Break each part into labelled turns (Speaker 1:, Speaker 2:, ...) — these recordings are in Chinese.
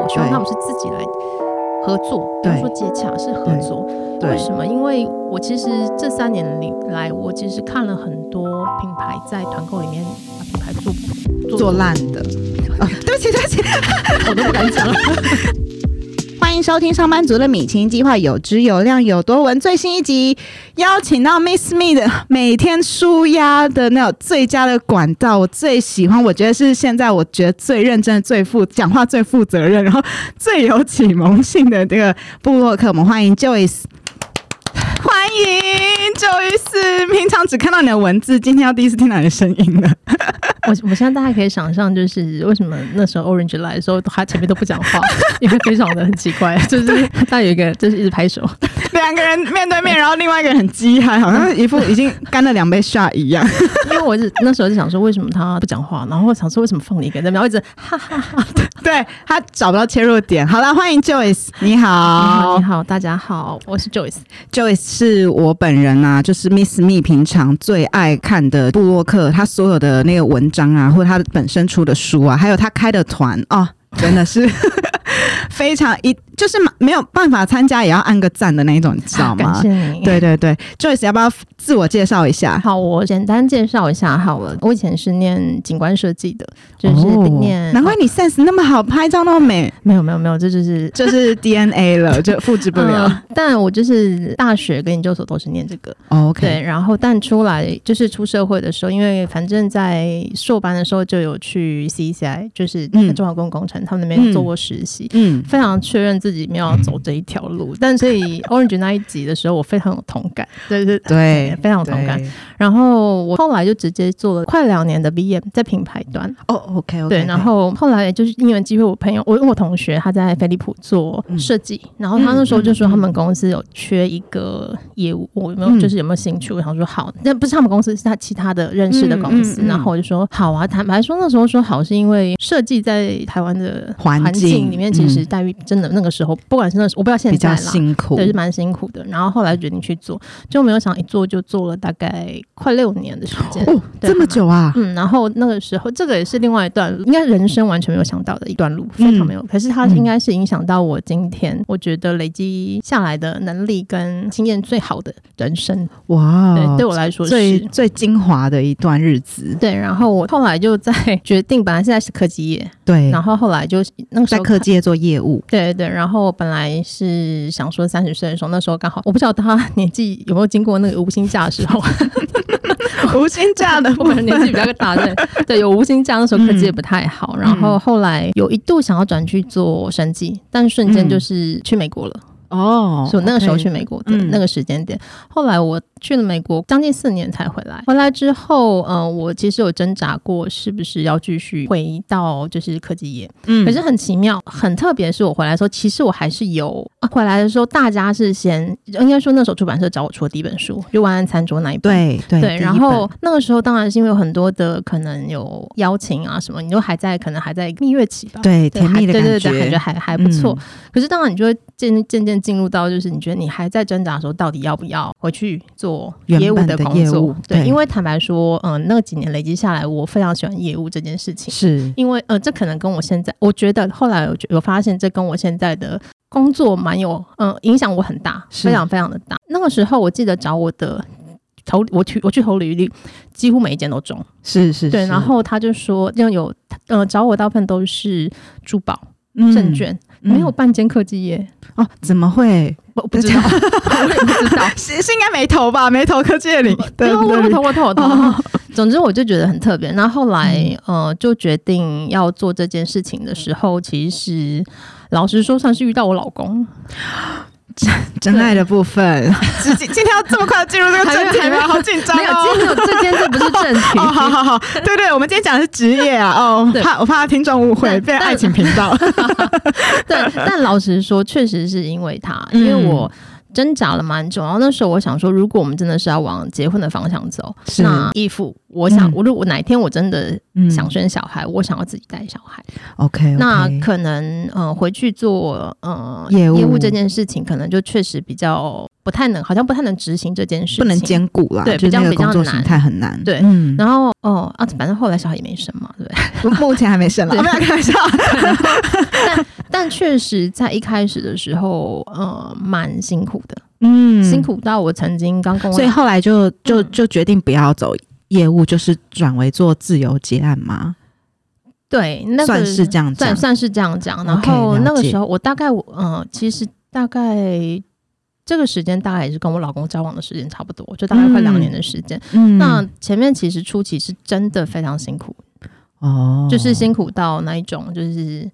Speaker 1: 我哦希望他们是自己来合作，不要说接洽，是合作。
Speaker 2: 对
Speaker 1: 为什么？因为我其实这三年里来，我其实看了很多品牌在团购里面把品牌做
Speaker 2: 做烂的。哦，对不起，对不起，
Speaker 1: 我都不敢 讲了。
Speaker 2: 欢迎收听《上班族的米其林计划》，有质有量有多文最新一集，邀请到 Miss Me 的每天舒压的那种最佳的管道，我最喜欢，我觉得是现在我觉得最认真、最负讲话、最负责任，然后最有启蒙性的这个部落客，我们欢迎 Joyce。欢迎 Joyce，平常只看到你的文字，今天要第一次听到你的声音了。
Speaker 1: 我我现在大家可以想象，就是为什么那时候 Orange 来的时候，他前面都不讲话， 因为非常的很奇怪，就是他有一个就是一直 拍手，
Speaker 2: 两个人面对面，然后另外一个人很饥 嗨，好像啊一副已经干了两杯 shot 一样。
Speaker 1: 因为我是那时候就想说为什么他不讲话，然后我想说为什么放你一个人在那边，然后一直哈哈哈。
Speaker 2: 对他找不到切入点。好了，欢迎 Joyce，你
Speaker 1: 你好，
Speaker 2: 好
Speaker 1: 你好，大家好，我是 Joyce。
Speaker 2: ，Joyce 是我本人啊，就是 Miss Me 平常最爱看的布洛克，他所有的那个文章啊，或者他本身出的书啊，还有他开的团哦，真的是 非常一，就是没有办法参加也要按个赞的那一种，你知道
Speaker 1: 感
Speaker 2: 吗？
Speaker 1: 谢你。
Speaker 2: 对对对，Joyce 要不要自我介绍一下？
Speaker 1: 好，我简单介绍一下好了。我以前是念景观设计的，就是念、
Speaker 2: 哦难怪你 sense 那么好，拍照那么美，
Speaker 1: 没有没有没有，这 就是
Speaker 2: 就是 DNA 了，就复制不了。
Speaker 1: 嗯但我就是大学跟研究所都是念这个，对。
Speaker 2: 哦 OK，
Speaker 1: 然后但出来就是出社会的时候，因为反正在硕班的时候就有去 CCI，就是
Speaker 2: 嗯
Speaker 1: 中华公共工程，他们那边做过实习。
Speaker 2: 嗯，
Speaker 1: 非常确认自己没有要走这一条路，但所 以 Orange 那一集的时候，我非常有同感，对对
Speaker 2: 对，
Speaker 1: 非常有同感。然后我后来就直接做了快两年的 BM，在品牌端。
Speaker 2: 哦，OK，OK，OK、o k
Speaker 1: 对，然后后来就是因缘机会，我朋友，我我同学他在飞利浦做
Speaker 2: 嗯
Speaker 1: 设计，然后他那时候就说他们公司有缺一个业务，我有没有、
Speaker 2: 嗯
Speaker 1: 就是有没有兴趣？我想说好，那不是他们公司，是他其他的认识的公司。
Speaker 2: 嗯嗯嗯
Speaker 1: 然后我就说好啊，坦白说那时候说好是因为设计在台湾的
Speaker 2: 环境
Speaker 1: 境里面，其实
Speaker 2: 嗯
Speaker 1: 待遇真的那个时候，不管是那时候我不知道现
Speaker 2: 比
Speaker 1: 在
Speaker 2: 较
Speaker 1: 啦，
Speaker 2: 辛苦，
Speaker 1: 对，是蛮辛苦的。然后后来决定去做，就没有想一做就做了大概快六年的时 间。
Speaker 2: 哦，
Speaker 1: 对
Speaker 2: 这么久啊，
Speaker 1: 嗯，然后那个时候，这个也是另外一段，应该人生完全没有想到的一段路，非
Speaker 2: 嗯
Speaker 1: 常没有。可是它应该是影响到我今天，我觉得累积下来的能力跟经验最好的人生。
Speaker 2: 哇，
Speaker 1: 对，对我来说
Speaker 2: 哦最
Speaker 1: 是。
Speaker 2: 最精华的一段日子，
Speaker 1: 对，然后我后来就在 决定，本来现在是科技业，
Speaker 2: 对，
Speaker 1: 然后后来就那个时
Speaker 2: 嗯在
Speaker 1: 候
Speaker 2: 科技业做业务，
Speaker 1: 对对对，然后本来是想说三十岁的时候，那时候刚好我不知道他 年纪有没有经过那个无薪假的时候，
Speaker 2: 无薪假的
Speaker 1: 我可能年纪比较大，对对，有无薪假那时候科技也不太
Speaker 2: 嗯
Speaker 1: 好，然后后来有一度想要转去做生计，但瞬间就是去美国了，
Speaker 2: 哦，
Speaker 1: 所以我那个时候去
Speaker 2: OK，
Speaker 1: 美国的
Speaker 2: 嗯
Speaker 1: 那个时间点。后来我去了美国将近四年才回来，回来之后，呃，我其实有挣扎过是不是要继续回到就是科技业，
Speaker 2: 嗯
Speaker 1: 可是很奇妙，很特别。是我回来的时候，其实我还是有、啊、回来的时候，大家是先应该说那时候出版社找我出的第一本书，就《晚安餐桌》那一本。
Speaker 2: 对对
Speaker 1: 对，
Speaker 2: 哎第一
Speaker 1: 然
Speaker 2: 本
Speaker 1: 后那个时候当然是因为有很多的可能有邀请啊什么，你都还在可能还在蜜月期吧，
Speaker 2: 对
Speaker 1: 对
Speaker 2: 甜蜜的
Speaker 1: 还对
Speaker 2: 感
Speaker 1: 对对，感觉
Speaker 2: 觉。嗯
Speaker 1: 还还不错。可是当然你就会渐渐渐进入到就是你觉得你还在挣扎的时候，到底要不要回去做业务
Speaker 2: 原本的
Speaker 1: 工
Speaker 2: 业
Speaker 1: 作
Speaker 2: 务？对
Speaker 1: 因为坦白说，嗯、那几年累积下来，我非常喜欢业务这件事情。
Speaker 2: 是
Speaker 1: 因为呃，这可能跟我现在，我觉得后来我觉有发现，这跟我现在的工作蛮有，呃，影响我很大，
Speaker 2: 是
Speaker 1: 非常非常的大。那个时候我记得找我的投，我去我去投履历，几乎每一件都中。
Speaker 2: 是是，
Speaker 1: 对，
Speaker 2: 是
Speaker 1: 然后他就说，就有呃找我大部分都是珠宝、证，券，
Speaker 2: 嗯
Speaker 1: 没有半间科技业，
Speaker 2: 嗯哦，怎么会？
Speaker 1: 我不知 道，我也不知道。
Speaker 2: 是是应该没投吧？没投科技领，
Speaker 1: 对，我我
Speaker 2: 对
Speaker 1: 投我投我投。 总之我就觉得很特别。那后来
Speaker 2: 嗯
Speaker 1: 呃，就决定要做这件事情的时候，其实老实说，算是遇到我老公，
Speaker 2: 真爱的部 分，直接今天要这么快地进入这个正题
Speaker 1: 还没还没
Speaker 2: 吗？好紧张
Speaker 1: 没有，
Speaker 2: 哦
Speaker 1: 今！天没有这件事不是正题。
Speaker 2: 哦， 好好好，对对，我们今天讲的是职业啊，哦，
Speaker 1: 对
Speaker 2: 怕我怕听众误会，
Speaker 1: 但
Speaker 2: 变
Speaker 1: 但
Speaker 2: 爱情频道，
Speaker 1: 对，但老实说，确实是因为他，因为
Speaker 2: 嗯
Speaker 1: 我。挣扎了蛮久，然后那时候我想说，如果我们真的是要往结婚的方向走，
Speaker 2: 是
Speaker 1: 那义父，我想
Speaker 2: 嗯，
Speaker 1: 我如果哪一天我真的
Speaker 2: 嗯
Speaker 1: 想生小孩，我想要自己带小孩，
Speaker 2: OK，
Speaker 1: 那可能呃回去做呃
Speaker 2: 业务
Speaker 1: 这件事情，可能就确实比较不太能，好像不太能执行这件事情，
Speaker 2: 不能。兼顾啦，
Speaker 1: 对
Speaker 2: 就是
Speaker 1: 比较
Speaker 2: 那个
Speaker 1: 比较
Speaker 2: 工作
Speaker 1: 难
Speaker 2: 形态很难。
Speaker 1: 对
Speaker 2: 嗯，
Speaker 1: 然后哦啊，反正后来小孩也没生嘛，对不对？
Speaker 2: 我目前还没生了，
Speaker 1: 对
Speaker 2: 我没有开玩笑。
Speaker 1: 但确实在一开始的时候，呃，蛮辛苦的，
Speaker 2: 嗯
Speaker 1: 辛，苦到我曾经刚跟我
Speaker 2: 所以后来就就
Speaker 1: 嗯
Speaker 2: 就决定不要走业务，就是转为做自由接案嘛，
Speaker 1: 对那个
Speaker 2: 算是这样讲
Speaker 1: 算。算是这样讲。然
Speaker 2: OK，
Speaker 1: 后
Speaker 2: 了
Speaker 1: 那个
Speaker 2: 解
Speaker 1: 时候我大概我呃，其实大概这个时间大概也是跟我老公交往的时间差不多，就大概快两
Speaker 2: 嗯
Speaker 1: 年的时间。
Speaker 2: 嗯
Speaker 1: 那前面其实初期是真的非常辛苦，
Speaker 2: 哦，
Speaker 1: 就是辛苦到那一种，就是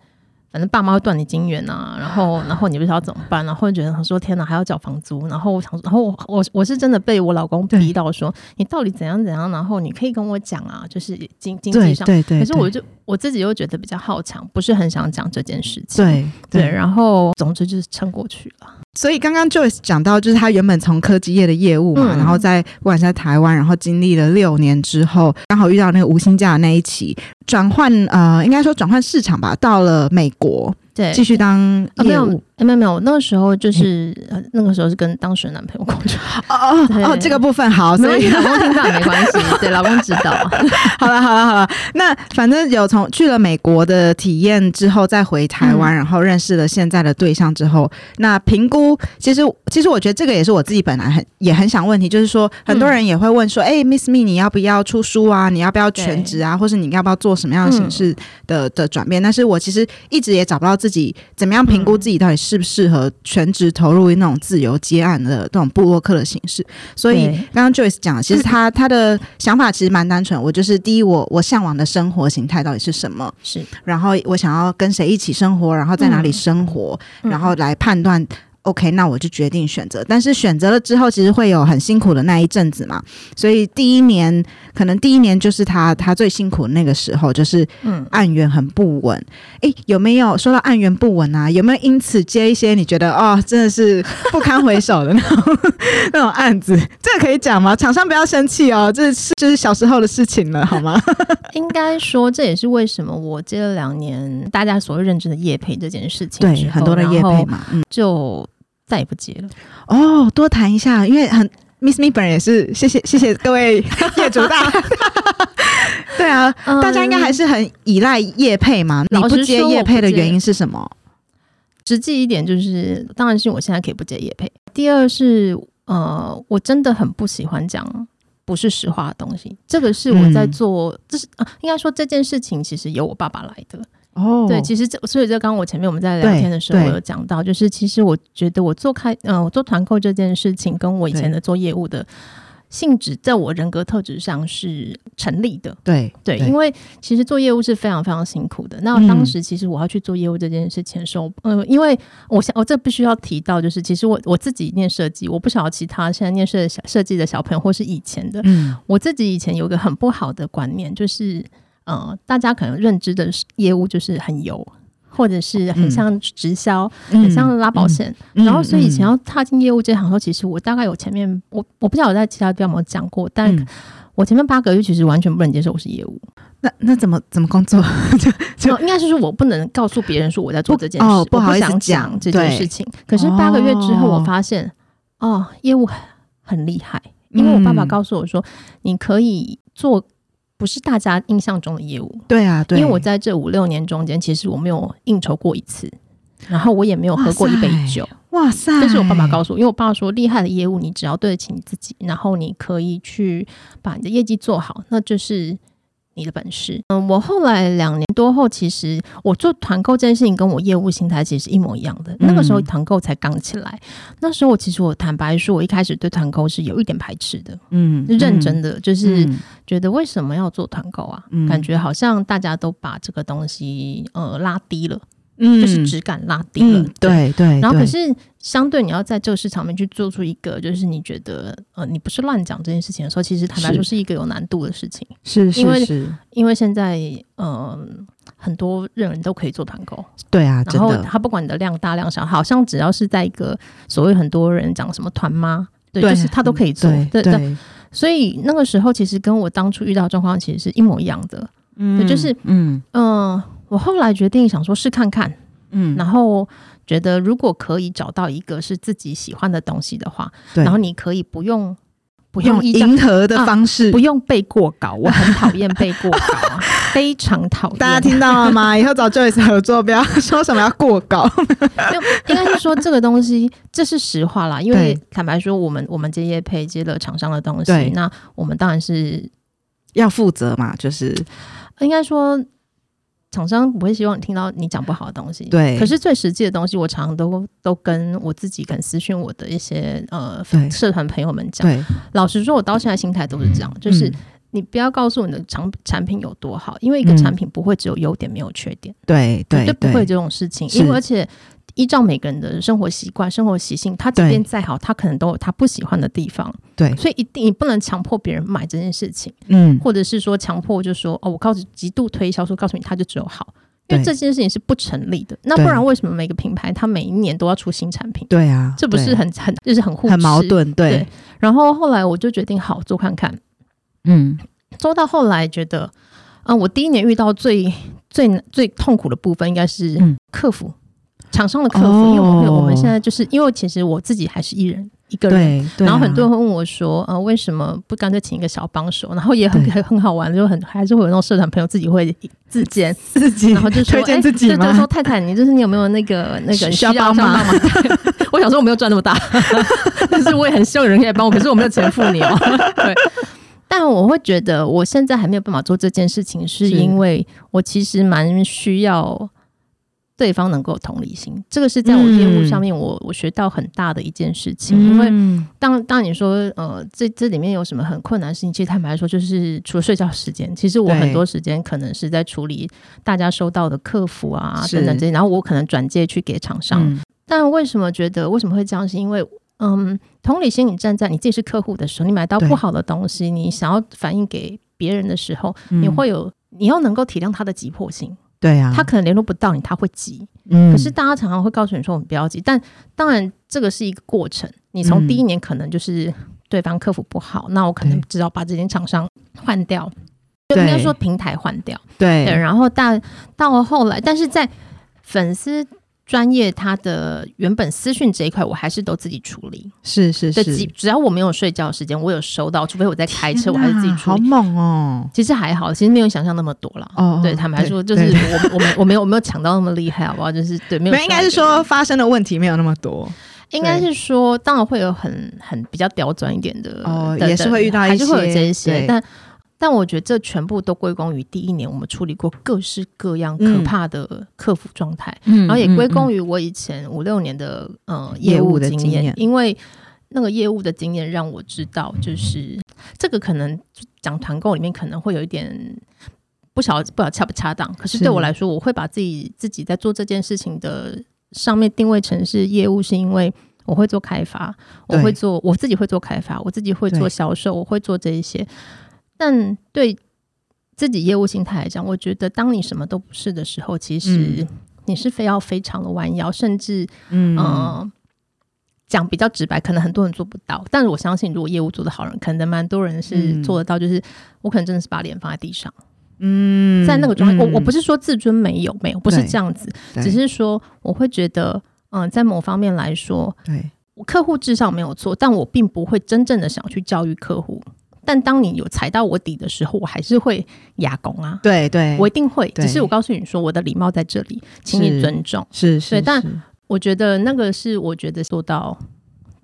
Speaker 1: 反正爸妈会断你金源啊，然后 然后你不知道怎么办，然后觉得他说天哪还要缴房租，然后我想说，然后我我我是真的被我老公逼到说你到底怎样怎样，然后你可以跟我讲啊，就是经经济
Speaker 2: 对
Speaker 1: 上，
Speaker 2: 对对，
Speaker 1: 可是我
Speaker 2: 对
Speaker 1: 就我自己又觉得比较好强，不是很想讲这件事情。
Speaker 2: 对
Speaker 1: 对，然后总之就是撑过去了。
Speaker 2: 所以刚刚 Joyce 讲到，就是他原本从科技业的业务嘛，
Speaker 1: 嗯
Speaker 2: 然后在不管是在台湾，然后经历了六年之后，刚好遇到那个无薪假的那一期，转换呃，应该说转换市场吧，到了美国
Speaker 1: 对，
Speaker 2: 继续当
Speaker 1: 啊没
Speaker 2: 业
Speaker 1: 有
Speaker 2: 务。
Speaker 1: 没有没有，那个时候 就是、呃那个时候是跟当时的男朋友过去。
Speaker 2: 哦哦
Speaker 1: 对
Speaker 2: 哦，这个部分好，
Speaker 1: 没关
Speaker 2: 所以
Speaker 1: 系，老公听到也没 关系，对，老公知道。
Speaker 2: 好了好了好了，那反正有从去了美国的体验之后，再回台湾，然后认识了现在的对象之后，那评估其实其实我觉得这个也是我自己本来很也很想问题，就是说很多人也会问说，哎、m i s s Me 你要不要出书啊？你要不要全职啊？或是你要不要做什么样的形式的、的转变？但是我其实一直也找不到自己怎么样评估自己到底适不适合全职投入那种自由接案的这种部落客的形式，所以
Speaker 1: 对
Speaker 2: 刚刚 Joyce 讲的，其实他他的想法其实蛮单纯。我就是第一，我我向往的生活形态到底是什么？
Speaker 1: 是，
Speaker 2: 然后我想要跟谁一起生活，然后在哪里生活，然
Speaker 1: 嗯
Speaker 2: 后来判断。OK，那我就决定选择。但是选择了之后，其实会有很辛苦的那一阵子嘛。所以第一年，可能第一年就是他他最辛苦的那个时候，就是
Speaker 1: 嗯，
Speaker 2: 案源很不稳。诶，有没有说到案源不稳啊？有没有因此接一些你觉得哦，真的是不堪回首的那种 那种案子？这个可以讲吗？厂商不要生气哦，这是这是小时候的事情了，好吗？
Speaker 1: 应该说这也是为什么我接了两年大家所谓认知的业配这件事情之
Speaker 2: 对，
Speaker 1: 后，
Speaker 2: 很多的业
Speaker 1: 然
Speaker 2: 配
Speaker 1: 后
Speaker 2: 嘛，嗯，
Speaker 1: 就再也不接了。
Speaker 2: 哦，多谈一下，因为很 Miss Me 本人也是，谢谢谢谢各 位业主大。 对啊，大家应该还
Speaker 1: 是
Speaker 2: 是很依赖业配嘛。你
Speaker 1: 嗯老
Speaker 2: 不
Speaker 1: 实
Speaker 2: 接
Speaker 1: 说
Speaker 2: 业
Speaker 1: 我不
Speaker 2: 配的
Speaker 1: 接
Speaker 2: 原因是什么？
Speaker 1: 实际一点，就是当然是我现在可以不接业配。第二是呃，我真的很不喜欢讲。不是实话的东西，这个是我在
Speaker 2: 嗯
Speaker 1: 做，这是、啊、应该说这件事情其实由我爸爸来的。
Speaker 2: 哦
Speaker 1: 对，其实这所以这刚刚我前面我们在聊
Speaker 2: 对
Speaker 1: 天的时候，
Speaker 2: 对
Speaker 1: 我有讲到，就是其实我觉得我做开，嗯、我做团购这件事情，跟我以前的做业务的性质，在我人格特质上是成立的。
Speaker 2: 对
Speaker 1: 对，因为其实做业务是非常非常辛苦的。那
Speaker 2: 嗯
Speaker 1: 当时其实我要去做业务这件事情的时候，呃，因为我想，我、这必须要提到，就是其实我我自己念设计，我不晓得其他现在念设小设计的小朋友或是以前的，
Speaker 2: 嗯，
Speaker 1: 我自己以前有一个很不好的观念，就是呃，大家可能认知的是业务就是很油，或者是很像直销，很像拉保险。
Speaker 2: 嗯，
Speaker 1: 然后，所以以前
Speaker 2: 嗯
Speaker 1: 要踏进业务这行的时候，其实我大概有前面我我不知道我在其他地方有没有讲过，但
Speaker 2: 嗯
Speaker 1: 我前面八个月其实完全不能接受我是业务，
Speaker 2: 那那怎么怎么工作？ 就
Speaker 1: 就哦应该是说我不能告诉别人说我在做这件事，
Speaker 2: 不哦
Speaker 1: 我
Speaker 2: 不好意思
Speaker 1: 想
Speaker 2: 讲
Speaker 1: 讲这件
Speaker 2: 对
Speaker 1: 事情。可是八个月之后，
Speaker 2: 哦
Speaker 1: 我发现哦，业务很很厉害。因为我爸爸
Speaker 2: 嗯
Speaker 1: 告诉我说，你可以做不是大家印象中的业务，
Speaker 2: 对啊，对，
Speaker 1: 因为我在这五六年中间，其实我没有应酬过一次，然后我也没有喝过一杯
Speaker 2: 哇塞
Speaker 1: 酒，
Speaker 2: 哇塞，
Speaker 1: 这是我爸爸告诉我，因为我爸爸说，厉害的业务你只要对得起你自己，然后你可以去把你的业绩做好，那就是。你的本事，嗯，我后来两年多后，其实我做团购这件事情跟我业务心态其实是一模一样的。那个时候
Speaker 2: 嗯
Speaker 1: 团购才刚起来，那时候我其实我坦白说，我一开始对团购是有一点排斥的。
Speaker 2: 嗯，嗯，
Speaker 1: 认真的，就是
Speaker 2: 嗯
Speaker 1: 觉得为什么要做团购啊？
Speaker 2: 嗯
Speaker 1: 感觉好像大家都把这个东西呃拉低了，
Speaker 2: 嗯
Speaker 1: 就是质感拉低了。
Speaker 2: 嗯，对对，
Speaker 1: 然后可
Speaker 2: 对
Speaker 1: 是相对你要在这个市场面去做出一个，就是你觉得呃你不是乱讲这件事情的时候，其实坦白说是一个有难度的事情，
Speaker 2: 是是
Speaker 1: 因为
Speaker 2: 是，
Speaker 1: 因为现在呃很多人都可以做团购，
Speaker 2: 对啊，真
Speaker 1: 然后
Speaker 2: 的，
Speaker 1: 他不管你的量大量小，好像只要是在一个所谓很多人讲什么团妈，对，
Speaker 2: 对嗯
Speaker 1: 就是他都可以做。
Speaker 2: 对对，
Speaker 1: 所以那个时候其实跟我当初遇到的状况其实是一模一样的。
Speaker 2: 嗯
Speaker 1: 就是
Speaker 2: 嗯
Speaker 1: 嗯、我后来决定想说试看看，
Speaker 2: 嗯，
Speaker 1: 然后觉得如果可以找到一个是自己喜欢的东西的话，
Speaker 2: 对
Speaker 1: 然后你可以不用不
Speaker 2: 不
Speaker 1: 用
Speaker 2: 用
Speaker 1: 依照
Speaker 2: 迎合的方式
Speaker 1: 不。用背过稿，我很讨厌背过稿，啊 非常讨厌。
Speaker 2: 大家听到 了吗？以后找 Joyce 合作，不要 说什么要过稿。
Speaker 1: 就应该是说这个东西，这是实话啦。因为
Speaker 2: 对
Speaker 1: 坦白说，我们我们接业配接了厂商的东西
Speaker 2: 对，
Speaker 1: 那我们当然是
Speaker 2: 要负责嘛，就是
Speaker 1: 应该说。厂商不会希望你听到你讲不好的东西，
Speaker 2: 对
Speaker 1: 可是最实际的东西，我常常都都跟我自己跟私讯我的一些呃
Speaker 2: 对
Speaker 1: 社团朋友们讲。
Speaker 2: 对，
Speaker 1: 老实说，我到现在心态都是这样，就是
Speaker 2: 嗯
Speaker 1: 你不要告诉我你的产产品有多好，因为一个
Speaker 2: 嗯
Speaker 1: 产品不会只有优点没有缺点。
Speaker 2: 对对
Speaker 1: 绝对不会有这种事情，
Speaker 2: 是
Speaker 1: 因为而且依照每个人的生活习惯、生活习性，他即
Speaker 2: 对
Speaker 1: 便再好，他可能都有他不喜欢的地方，
Speaker 2: 对，
Speaker 1: 所以一定你不能强迫别人买这件事情，
Speaker 2: 嗯，
Speaker 1: 或者是说强迫就说哦，我告诉极度推销说告诉你他就只有好，因为
Speaker 2: 对
Speaker 1: 这件事情是不成立的。那不
Speaker 2: 对
Speaker 1: 然为什么每个品牌它每一年都要出新产品？
Speaker 2: 对啊，
Speaker 1: 这不是
Speaker 2: 对
Speaker 1: 很很就是很互
Speaker 2: 很矛
Speaker 1: 斥。
Speaker 2: 盾？对
Speaker 1: 对，然后后来我就决定好做看看，
Speaker 2: 嗯，
Speaker 1: 做到后来觉得，嗯、我第一年遇到最最最痛苦的部分应该是
Speaker 2: 嗯
Speaker 1: 客服，厂商的客服，
Speaker 2: 哦
Speaker 1: 因为我们我们现在就是因为其实我自己还是一人一个人。
Speaker 2: 对，对
Speaker 1: 然后很多
Speaker 2: 啊
Speaker 1: 人会问我说：“呃，为什么不干脆请一个小帮手？”然后也很
Speaker 2: 对
Speaker 1: 很很好玩，就很还是会有那种社团朋友自己会自荐，
Speaker 2: 自己
Speaker 1: 然后就说：“
Speaker 2: 推荐
Speaker 1: 哎
Speaker 2: 自己
Speaker 1: 对就
Speaker 2: 吗
Speaker 1: 说太太，你就是你有没有那个 那个
Speaker 2: 需要帮
Speaker 1: 忙
Speaker 2: 忙？”
Speaker 1: 对我想说我没有赚那么大， 但是我也很希望有人可以帮我，可是我没有钱付你哦。 对，但我会觉得我现在还没有办法做这件事情，是
Speaker 2: 是
Speaker 1: 因为我其实蛮需要。对方能够有同理心，这个是在我
Speaker 2: 嗯
Speaker 1: 业务上面我、我学到很大的一件事情。因为
Speaker 2: 嗯
Speaker 1: 当当你说呃，这这里面有什么很困难的事情，其实坦白说，就是除了睡觉时间，其实我
Speaker 2: 对
Speaker 1: 很多时间可能是在处理大家收到的客服啊
Speaker 2: 是
Speaker 1: 等等这些，然后我可能转借去给厂商。
Speaker 2: 嗯
Speaker 1: 但为什么觉得为什么会这样？是因为嗯，同理心，你站在你自己是客户的时候，你买到
Speaker 2: 对
Speaker 1: 不好的东西，你想要反映给别人的时候，你
Speaker 2: 嗯
Speaker 1: 会有你要能够体谅他的急迫性，
Speaker 2: 对啊，
Speaker 1: 他可能联络不到你，他会急。
Speaker 2: 嗯
Speaker 1: 可是大家常常会告诉你说我们不要急，但当然这个是一个过程。你从
Speaker 2: 嗯
Speaker 1: 第一年可能就是对方客服不好，那我可能
Speaker 2: 对
Speaker 1: 只好把这间厂商换掉，就
Speaker 2: 对
Speaker 1: 应该说平台换掉。对，
Speaker 2: 对
Speaker 1: 然后大到后来，但是在粉丝专业他的原本私讯这一块，我还是都自己处理。
Speaker 2: 是是
Speaker 1: 对，
Speaker 2: 是，
Speaker 1: 只只要我没有睡觉的时间，我有收到，除非我在开车，
Speaker 2: 天
Speaker 1: 我还是自己
Speaker 2: 哪
Speaker 1: 处
Speaker 2: 好
Speaker 1: 理。
Speaker 2: 猛哦
Speaker 1: 其实还好，其实没有想象那么多啦。
Speaker 2: 哦，
Speaker 1: 对，坦白说，就是
Speaker 2: 对对
Speaker 1: 我我没我没有我没有抢到那么厉害，好不好？就是对，没有
Speaker 2: 没有，应该是
Speaker 1: 想到
Speaker 2: 说发生的问题没有那么多，
Speaker 1: 应该是说，当然会有很很比较刁钻一点的，
Speaker 2: 哦
Speaker 1: 的
Speaker 2: 也是会遇到一
Speaker 1: 还是会有
Speaker 2: 些
Speaker 1: 这一
Speaker 2: 对
Speaker 1: 些，但但我觉得这全部都归功于第一年我们处理过各式各样可
Speaker 2: 嗯
Speaker 1: 怕的客服状态，
Speaker 2: 嗯
Speaker 1: 然后也归功
Speaker 2: 于
Speaker 1: 于我以前五六年的呃
Speaker 2: 业
Speaker 1: 业
Speaker 2: 务
Speaker 1: 务
Speaker 2: 的
Speaker 1: 经
Speaker 2: 经验
Speaker 1: 因为那个业务的经验让我知道，就是这个可能讲团购里面可能会有一点。不晓不晓得恰不恰当，可是
Speaker 2: 是
Speaker 1: 对我来说，我会把自己自己在做这件事情的上面定位成是业务，是因为我会做开发，我
Speaker 2: 对
Speaker 1: 会做我自己会做开发，我自己会做
Speaker 2: 对
Speaker 1: 销售，我会做这一些。但对自己业务心态来讲，我觉得当你什么都不是的时候，其实
Speaker 2: 嗯
Speaker 1: 你是非要非常的弯腰，甚至
Speaker 2: 嗯
Speaker 1: 嗯。呃讲比较直白，可能很多人做不到，但是我相信，如果业务做得好人，可能蛮多人是
Speaker 2: 嗯
Speaker 1: 做得到。就是我可能真的是把脸放在地上，
Speaker 2: 嗯
Speaker 1: 在那个状态，我我不
Speaker 2: 是
Speaker 1: 是说自尊没有没有，不是
Speaker 2: 对
Speaker 1: 这样子，
Speaker 2: 嗯
Speaker 1: 只是说我会觉得，嗯、在某方面来说，
Speaker 2: 对
Speaker 1: 我客户至上没有错，但我并不会真正的想去教育客户。但当你有踩到我底的时候，我还是会牙拱啊，
Speaker 2: 对对，
Speaker 1: 我一定会。
Speaker 2: 对
Speaker 1: 只是我告诉你说，我的礼貌在这里，请
Speaker 2: 是
Speaker 1: 你尊重。
Speaker 2: 是是，
Speaker 1: 对但
Speaker 2: 是
Speaker 1: 我觉得那个是我觉得做到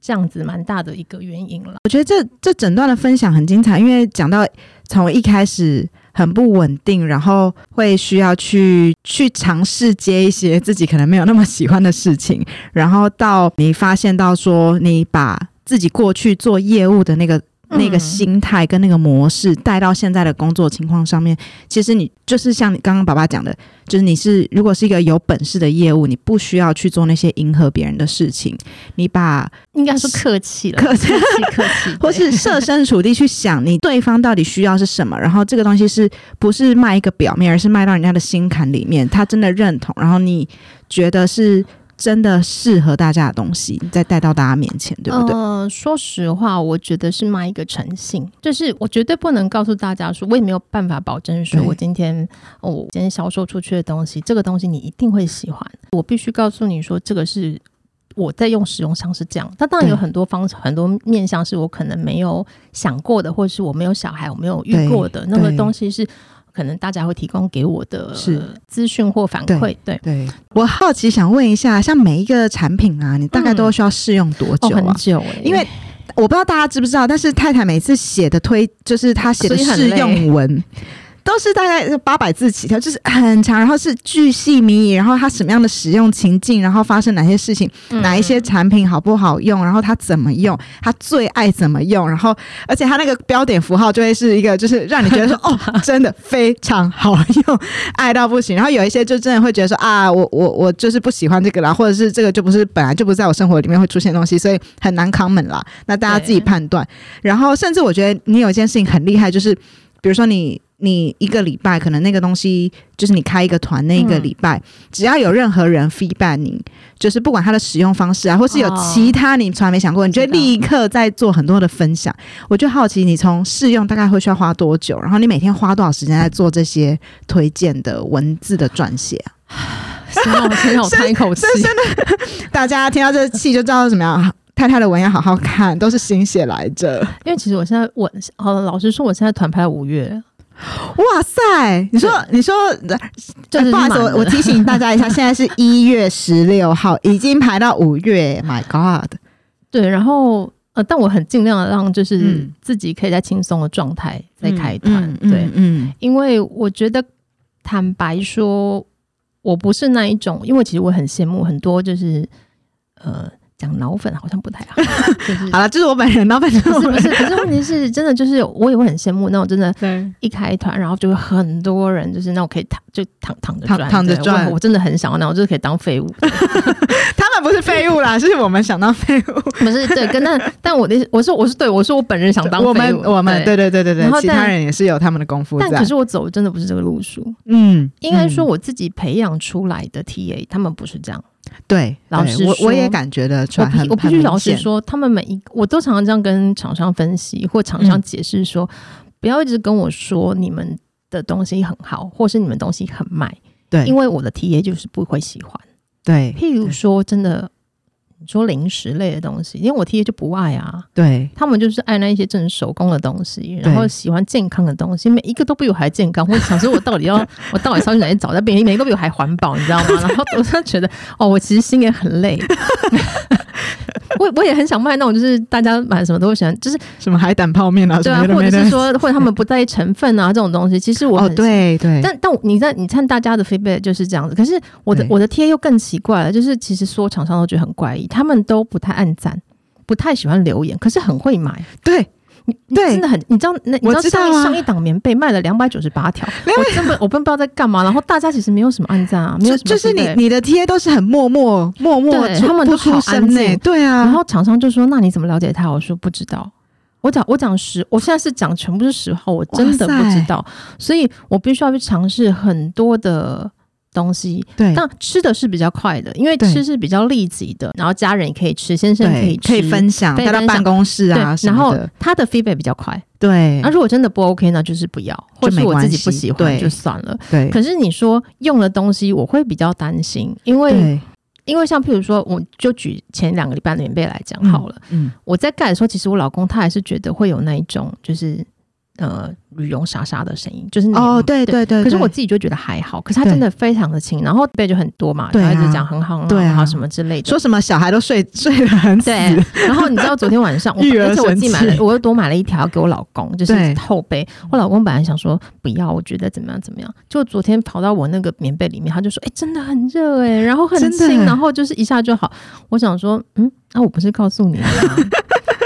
Speaker 1: 这样子蛮大的一个原因了。
Speaker 2: 我觉得这这整段的分享很精彩，因为讲到从一开始很不稳定，然后会需要去去尝试接一些自己可能没有那么喜欢的事情，然后到你发现到说你把自己过去做业务的那个。
Speaker 1: 嗯
Speaker 2: 那个心态跟那个模式带到现在的工作情况上面，其实你就是像你刚刚爸爸讲的，就是你是如果是一个有本事的业务，你不需要去做那些迎合别人的事情，你把
Speaker 1: 应该说客气了，
Speaker 2: 客气
Speaker 1: 客气，客 气，
Speaker 2: 或是设身处地去想你对方到底需要是什么，然后这个东西是不是卖一个表面，而是卖到人家的心坎里面，他真的认同，然后你觉得是真的适合大家的东西，你再带到大家面前，对不对？
Speaker 1: 嗯、说实话，我觉得是卖一个诚信，就是我绝对不能告诉大家说，我也没有办法保证说
Speaker 2: 对
Speaker 1: 我今天、哦我今天销售出去的东西，这个东西你一定会喜欢。我必须告诉你说，这个是。我在用使用上是这样，它当然
Speaker 2: 对
Speaker 1: 有很多方很多面向是我可能没有想过的，或者是我没有小孩我没有遇
Speaker 2: 对
Speaker 1: 过的那个
Speaker 2: 对
Speaker 1: 东西是可能大家会提供给我的
Speaker 2: 是
Speaker 1: 资讯或反
Speaker 2: 对
Speaker 1: 馈，对，
Speaker 2: 对我好奇想问一下，像每一个产品啊，你大概都需要试用多
Speaker 1: 哦，
Speaker 2: 久
Speaker 1: 很
Speaker 2: 啊？
Speaker 1: 久哎、
Speaker 2: 因为我不知道大家知不知道，但是太太每次写的推，就是她写的
Speaker 1: 所以很
Speaker 2: 试用文。都是大概八百字起跳，就是很长，然后是巨细靡遗，然后它什么样的使用情境，然后发生哪些事情，
Speaker 1: 嗯
Speaker 2: 哪一些产品好不好用，然后它怎么用，它最爱怎么用，然后而且它那个标点符号就会是一个，就是让你觉 得说哦，真的非常好用，爱到不行。然后有一些就真的会觉得说啊，我我我就是不喜欢这个啦，或者是这个就不是本来就不是在我生活里面会出现的东西，所以很难 common 啦。那大家自己判断。然后甚至我觉得你有一件事情很厉害，就是比如说你。你一个礼拜可能那个东西就是你开一个团那一个
Speaker 1: 嗯
Speaker 2: 礼拜，只要有任何人 feedback 你，就是不管它的使用方式啊，或是有
Speaker 1: 哦
Speaker 2: 其他你从来没想过，你就会
Speaker 1: 知道
Speaker 2: 立刻在做很多的分享。我就好奇，你从试用大概会需要花多久？然后你每天花多少时间在做这些推荐的文字的撰写啊？
Speaker 1: 先让我先 让我叹一口气，
Speaker 2: 大家听到这气就知道怎么样。太太的文要好好看，都是心血来着。
Speaker 1: 因为其实我现在我呃，老实说，我现在团拍五
Speaker 2: 哎
Speaker 1: 月，
Speaker 2: 哇塞！你说，你说，
Speaker 1: 就
Speaker 2: 哎
Speaker 1: 是
Speaker 2: 不好意思，
Speaker 1: 满
Speaker 2: 我
Speaker 1: 了
Speaker 2: 我提醒大家一下，现在 是一月十六号，已经排到五月。My God！
Speaker 1: 对，然后呃，但我很尽量的让就是
Speaker 2: 嗯
Speaker 1: 自己可以在轻松的状态再开团，
Speaker 2: 嗯嗯
Speaker 1: 对，
Speaker 2: 嗯
Speaker 1: 因为我觉得坦白说，我不是那一种，因为其实我很羡慕很多就是呃讲脑粉好像不太 好，就是
Speaker 2: 嗯好了，这是我本人，老板 就是
Speaker 1: 不是不
Speaker 2: 我本
Speaker 1: 是，
Speaker 2: 人。
Speaker 1: 可是问题是真的就是我也会很羡慕那种真的
Speaker 2: 对，
Speaker 1: 一开团，然后就有很多人，就是那种可以躺就躺躺着
Speaker 2: 躺
Speaker 1: 赚
Speaker 2: 躺着
Speaker 1: 对
Speaker 2: 赚
Speaker 1: 我我真的很想要那种，就是可以当废物，
Speaker 2: 他们不是废物啦，是我们想到废物。
Speaker 1: 不是对，跟那 但我的我说我是对我说我本人想当
Speaker 2: 我
Speaker 1: 废
Speaker 2: 们
Speaker 1: 物，
Speaker 2: 我们对对对对
Speaker 1: 然
Speaker 2: 对，
Speaker 1: 后
Speaker 2: 其他
Speaker 1: 但
Speaker 2: 人也是有他们的功夫
Speaker 1: 但
Speaker 2: 在
Speaker 1: 可。是我走的真的不是这个路数，
Speaker 2: 嗯，
Speaker 1: 应该说
Speaker 2: 嗯
Speaker 1: 我自己培养出来的 TA，、他们不是这样。
Speaker 2: 对，
Speaker 1: 老
Speaker 2: 对
Speaker 1: 实
Speaker 2: 我我
Speaker 1: 说
Speaker 2: 也感觉得出
Speaker 1: 我
Speaker 2: 来很，
Speaker 1: 必我必
Speaker 2: 很
Speaker 1: 须
Speaker 2: 明
Speaker 1: 老实
Speaker 2: 显，
Speaker 1: 说，他们每一我都常常这样跟厂商分析或厂商解释说，不要一直跟我说你们的东西很好，或是你们东西很卖，因
Speaker 2: 对
Speaker 1: 为我的 TA 就是不会喜欢。
Speaker 2: 对
Speaker 1: 譬如
Speaker 2: 对
Speaker 1: 说，真的，你说零食类的东西，因为我 T A 就不爱啊，
Speaker 2: 对
Speaker 1: 他们就是爱那一些正手工的东西，然后喜欢健康的东西，每一个都比我还健康。我想说，我到底 要我到底上去哪里找？但每每一个都比我还环保，你知道吗？然后我真的觉得，哦，我其实心也很累。 我我也很想卖那种，就是大家买什么都会喜欢，就是
Speaker 2: 什么海胆泡面啊，
Speaker 1: 对
Speaker 2: 什
Speaker 1: 啊
Speaker 2: 么，
Speaker 1: 或者是
Speaker 2: 的
Speaker 1: 说，或者他们不在意成分啊这种东西。其实我
Speaker 2: 哦，
Speaker 1: 很
Speaker 2: 对对，
Speaker 1: 但但我你在你看大家的 feedback 就是这样子，可是我的
Speaker 2: 对
Speaker 1: 我的贴又更奇怪了，就是其实所有厂商都觉得很怪异，他们都不太按赞，不太喜欢留言，可是很会买，
Speaker 2: 对
Speaker 1: 你
Speaker 2: 对
Speaker 1: 真的很，你知道那你
Speaker 2: 我
Speaker 1: 知道
Speaker 2: 知道
Speaker 1: 上一
Speaker 2: 啊
Speaker 1: 上一档棉被卖了两百九十八条，我根本我根本不知道在干 嘛，然后大家其实没有什么按赞啊，没有
Speaker 2: 就
Speaker 1: 什么
Speaker 2: 就是
Speaker 1: feedback
Speaker 2: 你你的贴都是很默默默默
Speaker 1: 对
Speaker 2: 出，
Speaker 1: 他们
Speaker 2: 不
Speaker 1: 都好
Speaker 2: 出
Speaker 1: 安
Speaker 2: 声
Speaker 1: 静
Speaker 2: 呢，对啊，
Speaker 1: 然后厂商就说那你怎么了解他？我说不知道。我讲我讲实，我现在是讲全部是实话，我真的
Speaker 2: 哇
Speaker 1: 不
Speaker 2: 塞
Speaker 1: 知道，所以我必须要去尝试很多的东西，
Speaker 2: 对
Speaker 1: 但吃的是比较快的，因为
Speaker 2: 对
Speaker 1: 吃是比较立即的，然后家人也可以吃，先生也可
Speaker 2: 对
Speaker 1: 以吃，
Speaker 2: 可以分享，
Speaker 1: 可以
Speaker 2: 带到
Speaker 1: 分
Speaker 2: 办
Speaker 1: 享
Speaker 2: 公室
Speaker 1: 对
Speaker 2: 啊，什
Speaker 1: 然
Speaker 2: 么
Speaker 1: 后
Speaker 2: 的，
Speaker 1: 他的 feedback 比较快。
Speaker 2: 对
Speaker 1: 那、如果真的不 OK 呢，就是不要，或
Speaker 2: 就没
Speaker 1: 是我自己
Speaker 2: 关系
Speaker 1: 不喜欢
Speaker 2: 对
Speaker 1: 就算了。
Speaker 2: 对
Speaker 1: 可是你说用的东西，我会比较担心，因为
Speaker 2: 对，
Speaker 1: 因为像譬如说，我就举前两个礼拜的棉被来讲好了。
Speaker 2: 嗯，
Speaker 1: 我在盖的时候，其实我老公他还是觉得会有那一种就是呃羽绒沙沙的声音，就是你
Speaker 2: 哦，对。对对，
Speaker 1: 嗯可是我
Speaker 2: 对
Speaker 1: 自己就觉得还好，可是他真的非常的轻，然后背就很多嘛，
Speaker 2: 对啊
Speaker 1: 然后一直讲很好，
Speaker 2: 对啊
Speaker 1: 然后什么之类的。
Speaker 2: 说什么小孩都睡睡得很死，
Speaker 1: 对，然后你知道昨天晚上， 我
Speaker 2: 育儿
Speaker 1: 而且我自己买
Speaker 2: 神器
Speaker 1: 了，我又多买了一条给我老公，就是
Speaker 2: 对
Speaker 1: 后背。我老公本来想说不要，我觉得怎么样怎么样，就昨天跑到我那个棉被里面，他就说：“哎、真的很热哎、然后很
Speaker 2: 真的
Speaker 1: 轻，然后就是一下就好。”我想说，嗯，那、我不是告诉你 了吗？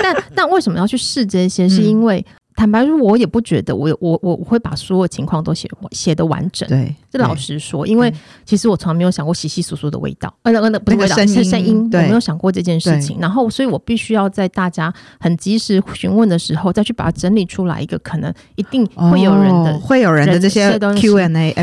Speaker 1: 但但为什么要去试这些？
Speaker 2: 嗯
Speaker 1: 是因为、坦白说，我也不觉得我有我我我会把所有情况都写写的完整。
Speaker 2: 对，
Speaker 1: 这老
Speaker 2: 对嗯
Speaker 1: 实说，因为
Speaker 2: 对
Speaker 1: 其实我从来没有想过稀稀疏疏的味道，呃，那个那不是
Speaker 2: 那个
Speaker 1: 味道，
Speaker 2: 声
Speaker 1: 是
Speaker 2: 音
Speaker 1: 声音，我
Speaker 2: 对
Speaker 1: 没有想过这件事情。然后，所以我必须要在大家很及时询问的时候，再去把它整理出来一个可能一定会有人的，
Speaker 2: 哦会有人的
Speaker 1: 人
Speaker 2: 这些
Speaker 1: 这些东西
Speaker 2: Q&A、
Speaker 1: 因为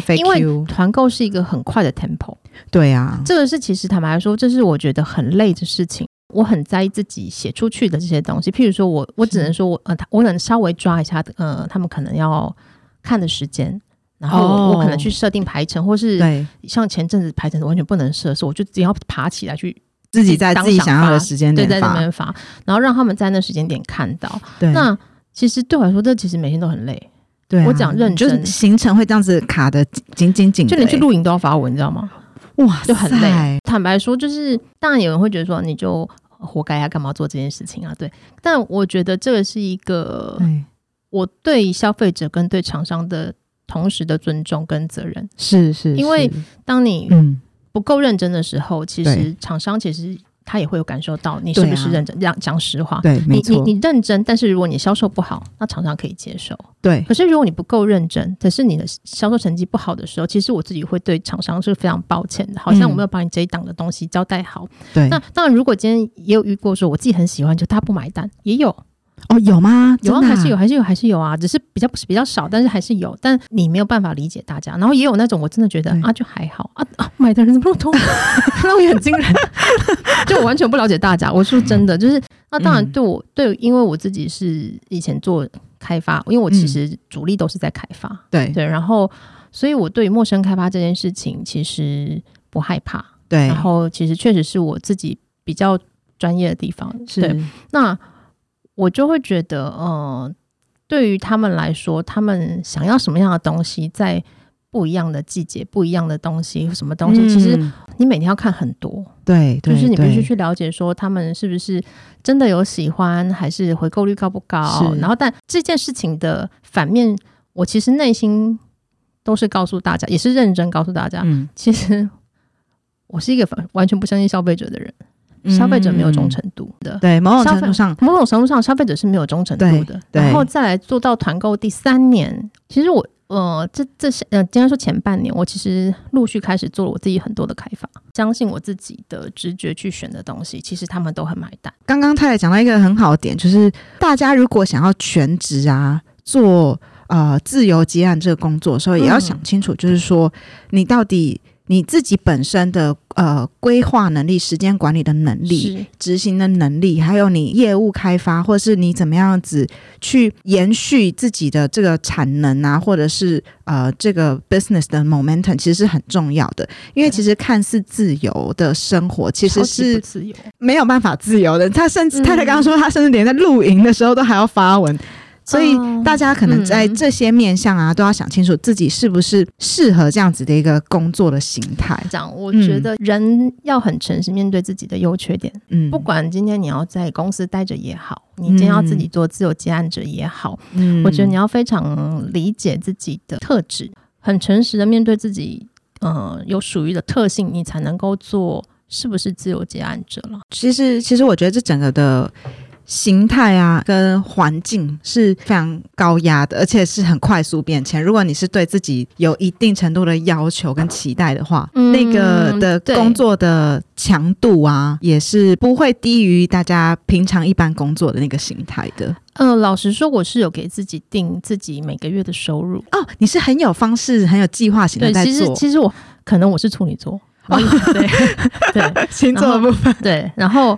Speaker 2: FAQ，
Speaker 1: 团购是一个很快的 tempo，
Speaker 2: 对啊，
Speaker 1: 这个是其实坦白说，这是我觉得很累的事情。我很在意自己写出去的这些东西，譬如说我，我只能说
Speaker 2: 嗯
Speaker 1: 我呃，我能稍微抓一下，呃，他们可能要看的时间，然后我,、
Speaker 2: 哦
Speaker 1: 可能去设定排程，或是
Speaker 2: 对
Speaker 1: 像前阵子排程完全不能设，是我就只要爬起来去
Speaker 2: 自己在自己想要的时间
Speaker 1: 对在
Speaker 2: 点
Speaker 1: 那
Speaker 2: 发，
Speaker 1: 边发，然后让他们在那时间点看到。
Speaker 2: 对，
Speaker 1: 那其实对我来说，这其实每天都很累，
Speaker 2: 对啊
Speaker 1: 我讲认
Speaker 2: 就是
Speaker 1: 真
Speaker 2: 行程会这样子卡的紧紧紧的，
Speaker 1: 就连去
Speaker 2: 欸
Speaker 1: 露营都要发文，你知道吗？
Speaker 2: 哇
Speaker 1: 就很累
Speaker 2: 塞。
Speaker 1: 坦白说，就是当然有人会觉得说你就活该啊，干嘛做这件事情啊？对，但我觉得这个是一个
Speaker 2: 对，
Speaker 1: 我对消费者跟对厂商的同时的尊重跟责任。
Speaker 2: 是是，
Speaker 1: 因为
Speaker 2: 是
Speaker 1: 当你
Speaker 2: 嗯，
Speaker 1: 不够认真的时候，其实
Speaker 2: 对啊
Speaker 1: 厂商其实他也会有感受到你是不是认真。讲、讲实话，
Speaker 2: 对，没
Speaker 1: 啊你你
Speaker 2: 错，
Speaker 1: 你认真，但是如果你销售不好，那厂商可以接受。
Speaker 2: 对
Speaker 1: 可是如果你不够认真，可是你的销售成绩不好的时候，其实我自己会对厂商是非常抱歉的，好像
Speaker 2: 嗯
Speaker 1: 我没有把你这一档的东西交代好。
Speaker 2: 对
Speaker 1: 那当然，如果今天也有遇过说我自己很喜欢，就他不买单，也有
Speaker 2: 哦，有吗？
Speaker 1: 有啊，
Speaker 2: 真的
Speaker 1: 还
Speaker 2: 啊
Speaker 1: 是有，还是有，还是有啊，只是比较比较少，但是还是有。但你没有办法理解大家，然后也有那种我真的觉得
Speaker 2: 对
Speaker 1: 啊，就还好啊啊，买的人怎么那 么多，那我也很惊人，就我完全不了解大家。我说真的，就是那当然
Speaker 2: 嗯
Speaker 1: 对我、对，因为我自己是以前做开发，因为我其实主力都是在开发，
Speaker 2: 嗯对
Speaker 1: 对，然后所以我对于陌生开发这件事情其实不害怕，
Speaker 2: 对
Speaker 1: 然，后其实确实是我自己比较专业的地方，对，
Speaker 2: 是，嗯
Speaker 1: 那我就会觉得，呃，对于他们来说，他们想要什么样的东西，在不一样的季节、不一样的东西，什么东西，其实
Speaker 2: 嗯
Speaker 1: 你每天要看很多，
Speaker 2: 对，
Speaker 1: 就
Speaker 2: 对
Speaker 1: 是你必须
Speaker 2: 对
Speaker 1: 去了解说他们是不是真的有喜欢，还是回购率高不高。
Speaker 2: 是
Speaker 1: 然后，但这件事情的反面，我其实内心都是告诉大家，也是认真告诉大家，
Speaker 2: 嗯，
Speaker 1: 其实我是一个反完全不相信消费者的人，消费者没有忠诚度的。
Speaker 2: 嗯，对，某种
Speaker 1: 消费
Speaker 2: 程度上，
Speaker 1: 某种程度上，消费者是没有忠诚度的。
Speaker 2: 对
Speaker 1: 然后再来做到团购第三年，其实我呃，这这是呃，今天说前半年，我其实陆续开始做了我自己很多的开发，相信我自己的直觉去选的东西，其实他们都很买单。
Speaker 2: 刚刚太太讲到一个很好的点，就是大家如果想要全职啊做呃自由接案这个工作的时候，
Speaker 1: 嗯
Speaker 2: 也要想清楚，就是说你到底你自己本身的呃规划能力、时间管理的能力、
Speaker 1: 是
Speaker 2: 执行的能力，还有你业务开发，或是你怎么样子去延续自己的这个产能啊，或者是呃这个 business 的 momentum，其实是很重要的。因为
Speaker 1: 对
Speaker 2: 其实看似自由的生活，其
Speaker 1: 超
Speaker 2: 实
Speaker 1: 级
Speaker 2: 是
Speaker 1: 不自由，
Speaker 2: 没有办法自由的。他甚至
Speaker 1: 嗯
Speaker 2: 太太刚刚说，他甚至连在露营的时候都还要发文，所以
Speaker 1: 嗯
Speaker 2: 大家可能在这些面向啊，都要想清楚自己是不是适合这样子的一个工作的形态。
Speaker 1: 讲，我
Speaker 2: 嗯
Speaker 1: 觉得人要很诚实面对自己的优缺点。
Speaker 2: 嗯，
Speaker 1: 不管今天你要在公司待着也好，你今天要自己做自由接案者也好，
Speaker 2: 嗯，
Speaker 1: 我觉得你要非常理解自己的特质，很诚实的面对自己，呃，有属于的特性，你才能够做是不是自由接案者了。
Speaker 2: 其实，其实我觉得这整个的形态啊，跟环境是非常高压的，而且是很快速变迁。如果你是对自己有一定程度的要求跟期待的话，
Speaker 1: 嗯
Speaker 2: 那个的
Speaker 1: 对
Speaker 2: 工作的强度啊，也是不会低于大家平常一般工作的那个形态的。
Speaker 1: 呃，老实说，我是有给自己定自己每个月的收入。
Speaker 2: 哦，你是很有方式、很有计划型的
Speaker 1: 对，
Speaker 2: 在
Speaker 1: 其实
Speaker 2: 做哦
Speaker 1: 其实我可能我是处女座，然后 对对
Speaker 2: 星座的部分。
Speaker 1: 对，然后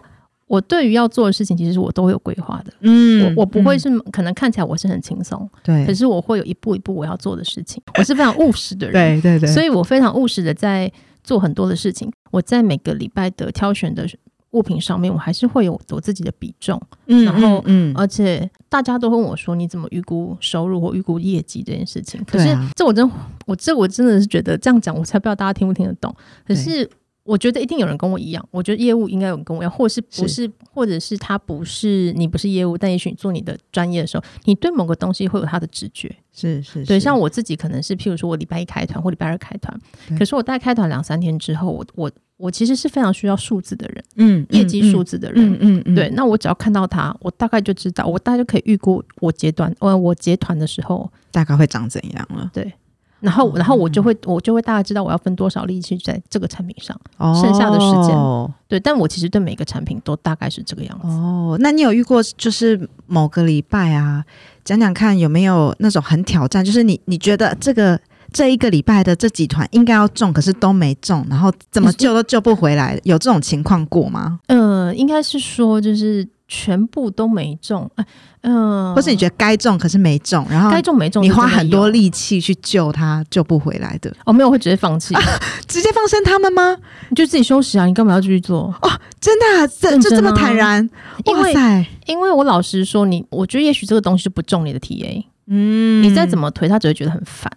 Speaker 1: 我对于要做的事情，其实我都会有规划的。
Speaker 2: 嗯
Speaker 1: 我我不会
Speaker 2: 嗯
Speaker 1: 是、可能看起来我是很轻松，可
Speaker 2: 对
Speaker 1: 是我会有一步一步我要做的事情。我是非常务实 的人，
Speaker 2: 对对对，
Speaker 1: 所
Speaker 2: 以
Speaker 1: 以我非常务实的在做很多的事情。我在每个礼拜的挑选的物品上面，我还是会有我自己的比重。
Speaker 2: 嗯
Speaker 1: 然后
Speaker 2: 嗯嗯
Speaker 1: 而且大家都会问我说：“你怎么预估收入或预估业绩这件事情？”可
Speaker 2: 对
Speaker 1: 是
Speaker 2: 啊
Speaker 1: 这我真我这我真的是觉得这样讲，我才不知道大家听不听得懂。可是。我觉得一定有人跟我一样，我觉得业务应该有人跟我一样，或是不是，
Speaker 2: 是
Speaker 1: 或者是他不是你不是业务，但也许你做你的专业的时候，你对某个东西会有他的直觉。
Speaker 2: 是是
Speaker 1: 对，
Speaker 2: 是
Speaker 1: 像我自己可能是，譬如说我礼拜一开团或礼拜二开团，
Speaker 2: 对
Speaker 1: 可是我大概开团两三天之后，我我我其实是非常需要数字的人，
Speaker 2: 嗯
Speaker 1: 业绩数字的人。
Speaker 2: 嗯嗯
Speaker 1: 对，那我只要看到他，我大概就知道，我大概就可以预估我结团，呃，我结团的时候，
Speaker 2: 大概会长怎样了？
Speaker 1: 然后，
Speaker 2: 哦
Speaker 1: 然后我就会，我就会大概知道我要分多少力气在这个产品上。
Speaker 2: 哦
Speaker 1: 剩下的时间对，但我其实对每个产品都大概是这个样子。
Speaker 2: 哦，那你有遇过就是某个礼拜啊，讲讲看有没有那种很挑战，就是你你觉得这个这一个礼拜的这几团应该要中，可是都没中，然后怎么救都救不回来，有这种情况过吗？
Speaker 1: 呃，应该是说就是全部都没中，呃嗯、
Speaker 2: 或是你觉得该中可是没中，然后
Speaker 1: 该中没中，
Speaker 2: 你花很多。力气去救他，救不回来的，
Speaker 1: 哦，没有，我会直接放弃，
Speaker 2: 直接放生他们吗？
Speaker 1: 你就自己休息啊！你干嘛要继续做？
Speaker 2: 真的、啊，这
Speaker 1: 认
Speaker 2: 就
Speaker 1: 真啊
Speaker 2: 这么坦然？
Speaker 1: 因
Speaker 2: 哇
Speaker 1: 为
Speaker 2: 塞，
Speaker 1: 因为我老实说，你我觉得也许这个东西就不中你的 TA，、
Speaker 2: 嗯
Speaker 1: 你再怎么推他只会觉得很烦。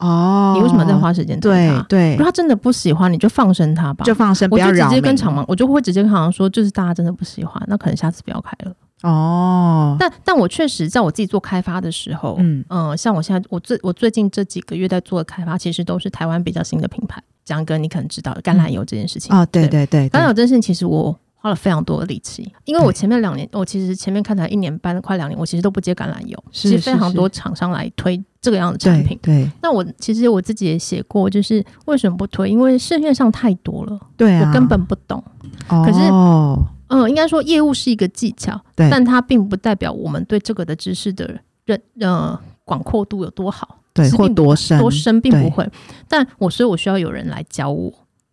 Speaker 2: 哦，
Speaker 1: 你为什么在花时间推
Speaker 2: 对
Speaker 1: 他？
Speaker 2: 对
Speaker 1: 如果，他真的不喜欢，你就放生他吧。
Speaker 2: 就放生，
Speaker 1: 我
Speaker 2: 不
Speaker 1: 就
Speaker 2: 要
Speaker 1: 直
Speaker 2: 扰
Speaker 1: 接
Speaker 2: 民
Speaker 1: 跟厂房，我就会直接跟厂房说，就是大家真的不喜欢，那可能下次不要开了。
Speaker 2: 哦，
Speaker 1: 但但我确实在我自己做开发的时候，嗯
Speaker 2: 嗯
Speaker 1: 像我现在我最我最近这几个月在做的开发，其实都是台湾比较新的品牌。江哥，你可能知道橄榄油这件事情。
Speaker 2: 哦，对对对，
Speaker 1: 橄榄
Speaker 2: 对
Speaker 1: 油这件事情，其实我花了非常多的力气，因为我
Speaker 2: 对
Speaker 1: 前面两年，我其实前面看台一年半快两年，我其实都不接橄榄油，
Speaker 2: 是
Speaker 1: 其实非
Speaker 2: 是
Speaker 1: 常
Speaker 2: 是
Speaker 1: 多厂商来推这个样的产品。
Speaker 2: 对
Speaker 1: 那我其实我自己也写过，就是为什么不推？因为市面上太多了，
Speaker 2: 对对啊，
Speaker 1: 我根本不懂。
Speaker 2: 可
Speaker 1: 是
Speaker 2: 哦，
Speaker 1: 嗯，应该说业务是一个技巧，
Speaker 2: 对
Speaker 1: 但它并不代表我们对这个的知识的认呃广阔度有多好，
Speaker 2: 对
Speaker 1: 是
Speaker 2: 或
Speaker 1: 并
Speaker 2: 多深
Speaker 1: 多深并
Speaker 2: 对
Speaker 1: 不会。但我所以，我需要有人来教我，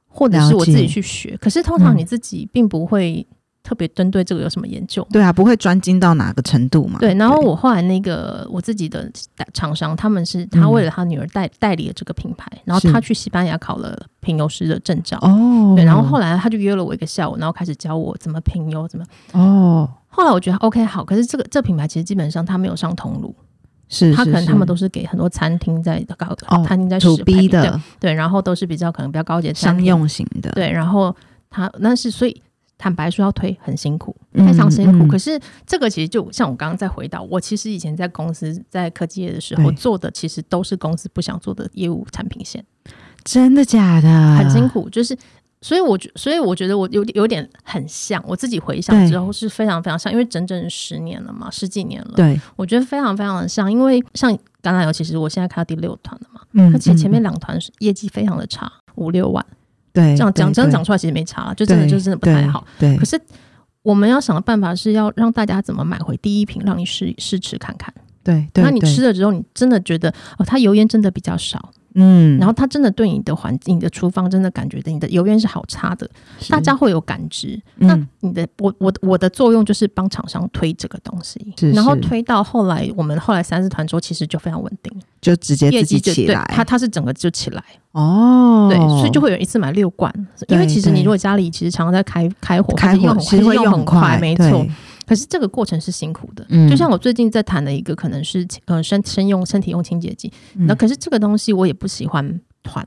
Speaker 1: 或者是
Speaker 2: 了
Speaker 1: 我自己
Speaker 2: 解
Speaker 1: 去学。可是通常
Speaker 2: 嗯
Speaker 1: 你自己并不会特别针对这个有什么研究。
Speaker 2: 对啊，不会专精到哪个程度嘛？
Speaker 1: 对，然后我后来那个我自己的厂商，他们是他
Speaker 2: 嗯
Speaker 1: 为了他女儿代代理了这个品牌，然后
Speaker 2: 是
Speaker 1: 他去西班牙考了品油师的证照，
Speaker 2: 哦，
Speaker 1: 对，然后后来他就约了我一个下午，然后开始教我怎么品油，怎么
Speaker 2: 哦
Speaker 1: 后来我觉得 OK 好，可是这个这品牌其实基本上它没有上通路，
Speaker 2: 是，
Speaker 1: 它可
Speaker 2: 是
Speaker 1: 能
Speaker 2: 是
Speaker 1: 他们都是给很多餐厅在高、
Speaker 2: 哦
Speaker 1: 餐厅在
Speaker 2: to
Speaker 1: 使
Speaker 2: B
Speaker 1: 牌
Speaker 2: 的
Speaker 1: 对对，然后都是比较可能比较高级的餐
Speaker 2: 商
Speaker 1: 厅
Speaker 2: 用型的，
Speaker 1: 对，然后它那是所以坦白说要推很辛苦，
Speaker 2: 嗯，
Speaker 1: 非常辛苦。
Speaker 2: 嗯
Speaker 1: 可是这个其实就像我刚刚在回答，我其实以前在公司在科技业的时候
Speaker 2: 对
Speaker 1: 做的，其实都是公司不想做的业务产品线，
Speaker 2: 真的假的？
Speaker 1: 很辛苦，就是。所以我觉，所以我觉得我有点有点很像，我自己回想
Speaker 2: 对
Speaker 1: 之后是非常非常像，因为整整十年了嘛，十几年了。
Speaker 2: 对，
Speaker 1: 我觉得非常非常的像，因为像橄榄油，其实我现在开到第六团了嘛，
Speaker 2: 嗯
Speaker 1: 而且前面
Speaker 2: 嗯
Speaker 1: 两团是业绩非常的差，五六万，
Speaker 2: 对
Speaker 1: 这样讲
Speaker 2: 对
Speaker 1: 真的
Speaker 2: 对
Speaker 1: 讲出来其实没差了，就真的
Speaker 2: 对
Speaker 1: 就真的不太好。
Speaker 2: 对
Speaker 1: 可，是我们要想的办法是要让大家怎么买回第一瓶，让你试试吃看看。
Speaker 2: 对对，
Speaker 1: 那你
Speaker 2: 对
Speaker 1: 吃了之后，你真的觉得哦，它油烟真的比较少，
Speaker 2: 嗯，
Speaker 1: 然后它真的对你的环境、你的厨房真的感觉的你的油烟是好差的，
Speaker 2: 是
Speaker 1: 大家会有感知。
Speaker 2: 嗯
Speaker 1: 那你的我我我的作用就是帮厂商推这个东西，
Speaker 2: 是
Speaker 1: 然后
Speaker 2: 是
Speaker 1: 推到后来，我们后来三四团之后，其实就非常稳定，
Speaker 2: 就直接
Speaker 1: 业
Speaker 2: 自己
Speaker 1: 绩就
Speaker 2: 起
Speaker 1: 对
Speaker 2: 来，
Speaker 1: 它它是整个就起来，
Speaker 2: 哦，
Speaker 1: 对，所以就会有人一次买六罐，因为
Speaker 2: 对
Speaker 1: 其实你
Speaker 2: 对
Speaker 1: 如果家里其实常常在开开火，
Speaker 2: 开
Speaker 1: 还是
Speaker 2: 火
Speaker 1: 用很
Speaker 2: 其实
Speaker 1: 还
Speaker 2: 会
Speaker 1: 是用
Speaker 2: 很
Speaker 1: 很快，没错
Speaker 2: 对。
Speaker 1: 可是这个过程是辛苦的，
Speaker 2: 嗯
Speaker 1: 就像我最近在谈的一个可能是呃身身用身体用清洁剂，
Speaker 2: 嗯
Speaker 1: 那、可是这个东西我也不喜欢团，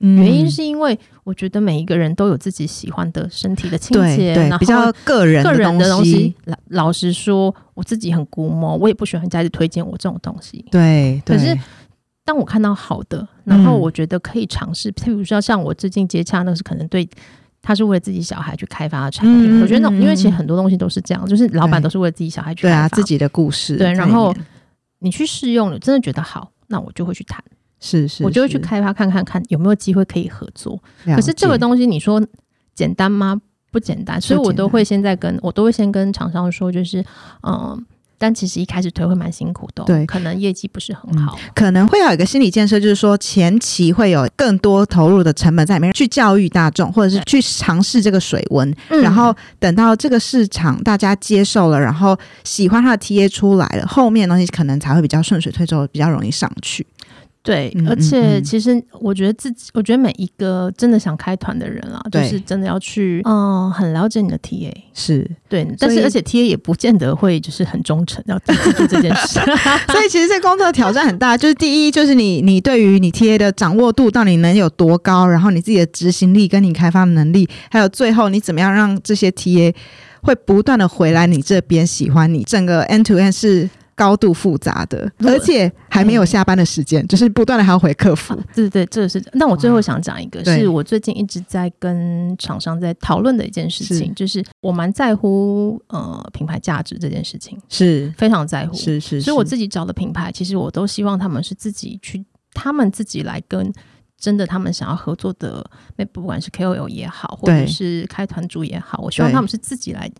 Speaker 2: 嗯
Speaker 1: 原因是因为我觉得每一个人都有自己喜欢的身体的清
Speaker 2: 对
Speaker 1: 洁，然
Speaker 2: 对
Speaker 1: 后
Speaker 2: 比较个人
Speaker 1: 个人的
Speaker 2: 东
Speaker 1: 东，老老实说，我自己很估摸，我也不喜欢人家一直推荐我这种东西。
Speaker 2: 对，
Speaker 1: 可是
Speaker 2: 对
Speaker 1: 当我看到好的，然后
Speaker 2: 嗯
Speaker 1: 我觉得可以尝试，譬如说像我最近接洽那是可能对。他是为了自己小孩去开发的产品，
Speaker 2: 嗯
Speaker 1: 我觉得那种，
Speaker 2: 嗯
Speaker 1: 因为其实很多东西都是这样，就是老板
Speaker 2: 对
Speaker 1: 都是为了自己小孩去开
Speaker 2: 对
Speaker 1: 发。
Speaker 2: 啊，自己的故事
Speaker 1: 对
Speaker 2: 在
Speaker 1: 然
Speaker 2: 里
Speaker 1: 后
Speaker 2: 面
Speaker 1: 你去试用，你真的觉得好，那我就会去谈，
Speaker 2: 是是，
Speaker 1: 我就会去
Speaker 2: 是，
Speaker 1: 开发看看看有没有机会可以合作。
Speaker 2: 了
Speaker 1: 可是这个
Speaker 2: 解
Speaker 1: 东西，你说简单吗？不简单，所以我
Speaker 2: 简
Speaker 1: 都
Speaker 2: 单
Speaker 1: 会现在跟我都会先跟厂商说，就是嗯、但其实一开始推会蛮辛苦的哦、
Speaker 2: 对
Speaker 1: 可能业绩不是很
Speaker 2: 嗯
Speaker 1: 好，
Speaker 2: 可能会要有一个心理建设，就是说前期会有更多投入的成本在里面，去教育大众，或者是去尝试这个水温，
Speaker 1: 嗯
Speaker 2: 然后等到这个市场大家接受了，然后喜欢它的 TA 出来了，后面的东西可能才会比较顺水推舟，比较容易上去。
Speaker 1: 对，
Speaker 2: 嗯
Speaker 1: 而
Speaker 2: 嗯
Speaker 1: 且
Speaker 2: 嗯
Speaker 1: 其实我觉得自己，我觉得每一个真的想开团的人啊，就
Speaker 2: 对
Speaker 1: 是真的要去嗯、很了解你的 TA，
Speaker 2: 是，
Speaker 1: 对，但是
Speaker 2: 所以
Speaker 1: 而且 TA 也不见得会就是很忠诚，要自己做这件 事。
Speaker 2: 所以其实这工作挑战很大， 就是第一就是你你对于你 TA 的掌握度到底能有多高，然后你自己的执行力跟你开发能力，还有最后你怎么样让这些 TA 会不断的回来你这边喜欢你，整个 end to end 是。高度复杂的，
Speaker 1: 如果
Speaker 2: 而且还没有下班的时间，就是不断的还要回客服。
Speaker 1: 对对，这个是。那我最后想讲一个，
Speaker 2: 对
Speaker 1: 是我最近一直在跟厂商在讨论的一件事情，
Speaker 2: 是
Speaker 1: 就是我蛮在乎呃品牌价值这件事情，
Speaker 2: 是
Speaker 1: 非常在乎。
Speaker 2: 是是，
Speaker 1: 所以我
Speaker 2: 是
Speaker 1: 自己找的品牌，其实我都希望他们是自己去，他们自己来跟真的他们想要合作的，那不管是 KOL 也好，或者
Speaker 2: 对
Speaker 1: 是开团主也好，我希望
Speaker 2: 对
Speaker 1: 他们是自己来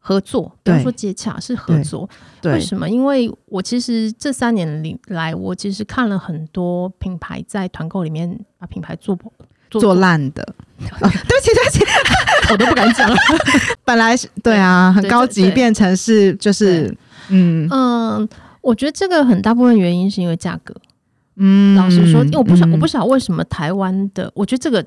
Speaker 1: 合作，不要
Speaker 2: 对
Speaker 1: 说接洽，是合作。为
Speaker 2: 对，
Speaker 1: 什么？因为我其实这三年里来，我其实看了很多品牌在团购里面把品牌做不做
Speaker 2: 做烂的。 哦，对不起，对不起，
Speaker 1: 我都不敢 讲了。
Speaker 2: 本来是对啊，很
Speaker 1: 对
Speaker 2: 高
Speaker 1: 对
Speaker 2: 级
Speaker 1: 对
Speaker 2: 变成是就是嗯
Speaker 1: 嗯，我觉得这个很大部分原因是因为价格。
Speaker 2: 嗯，
Speaker 1: 老实说，因为我不晓、
Speaker 2: 嗯
Speaker 1: 我不晓得为什么台湾的，我觉得这个。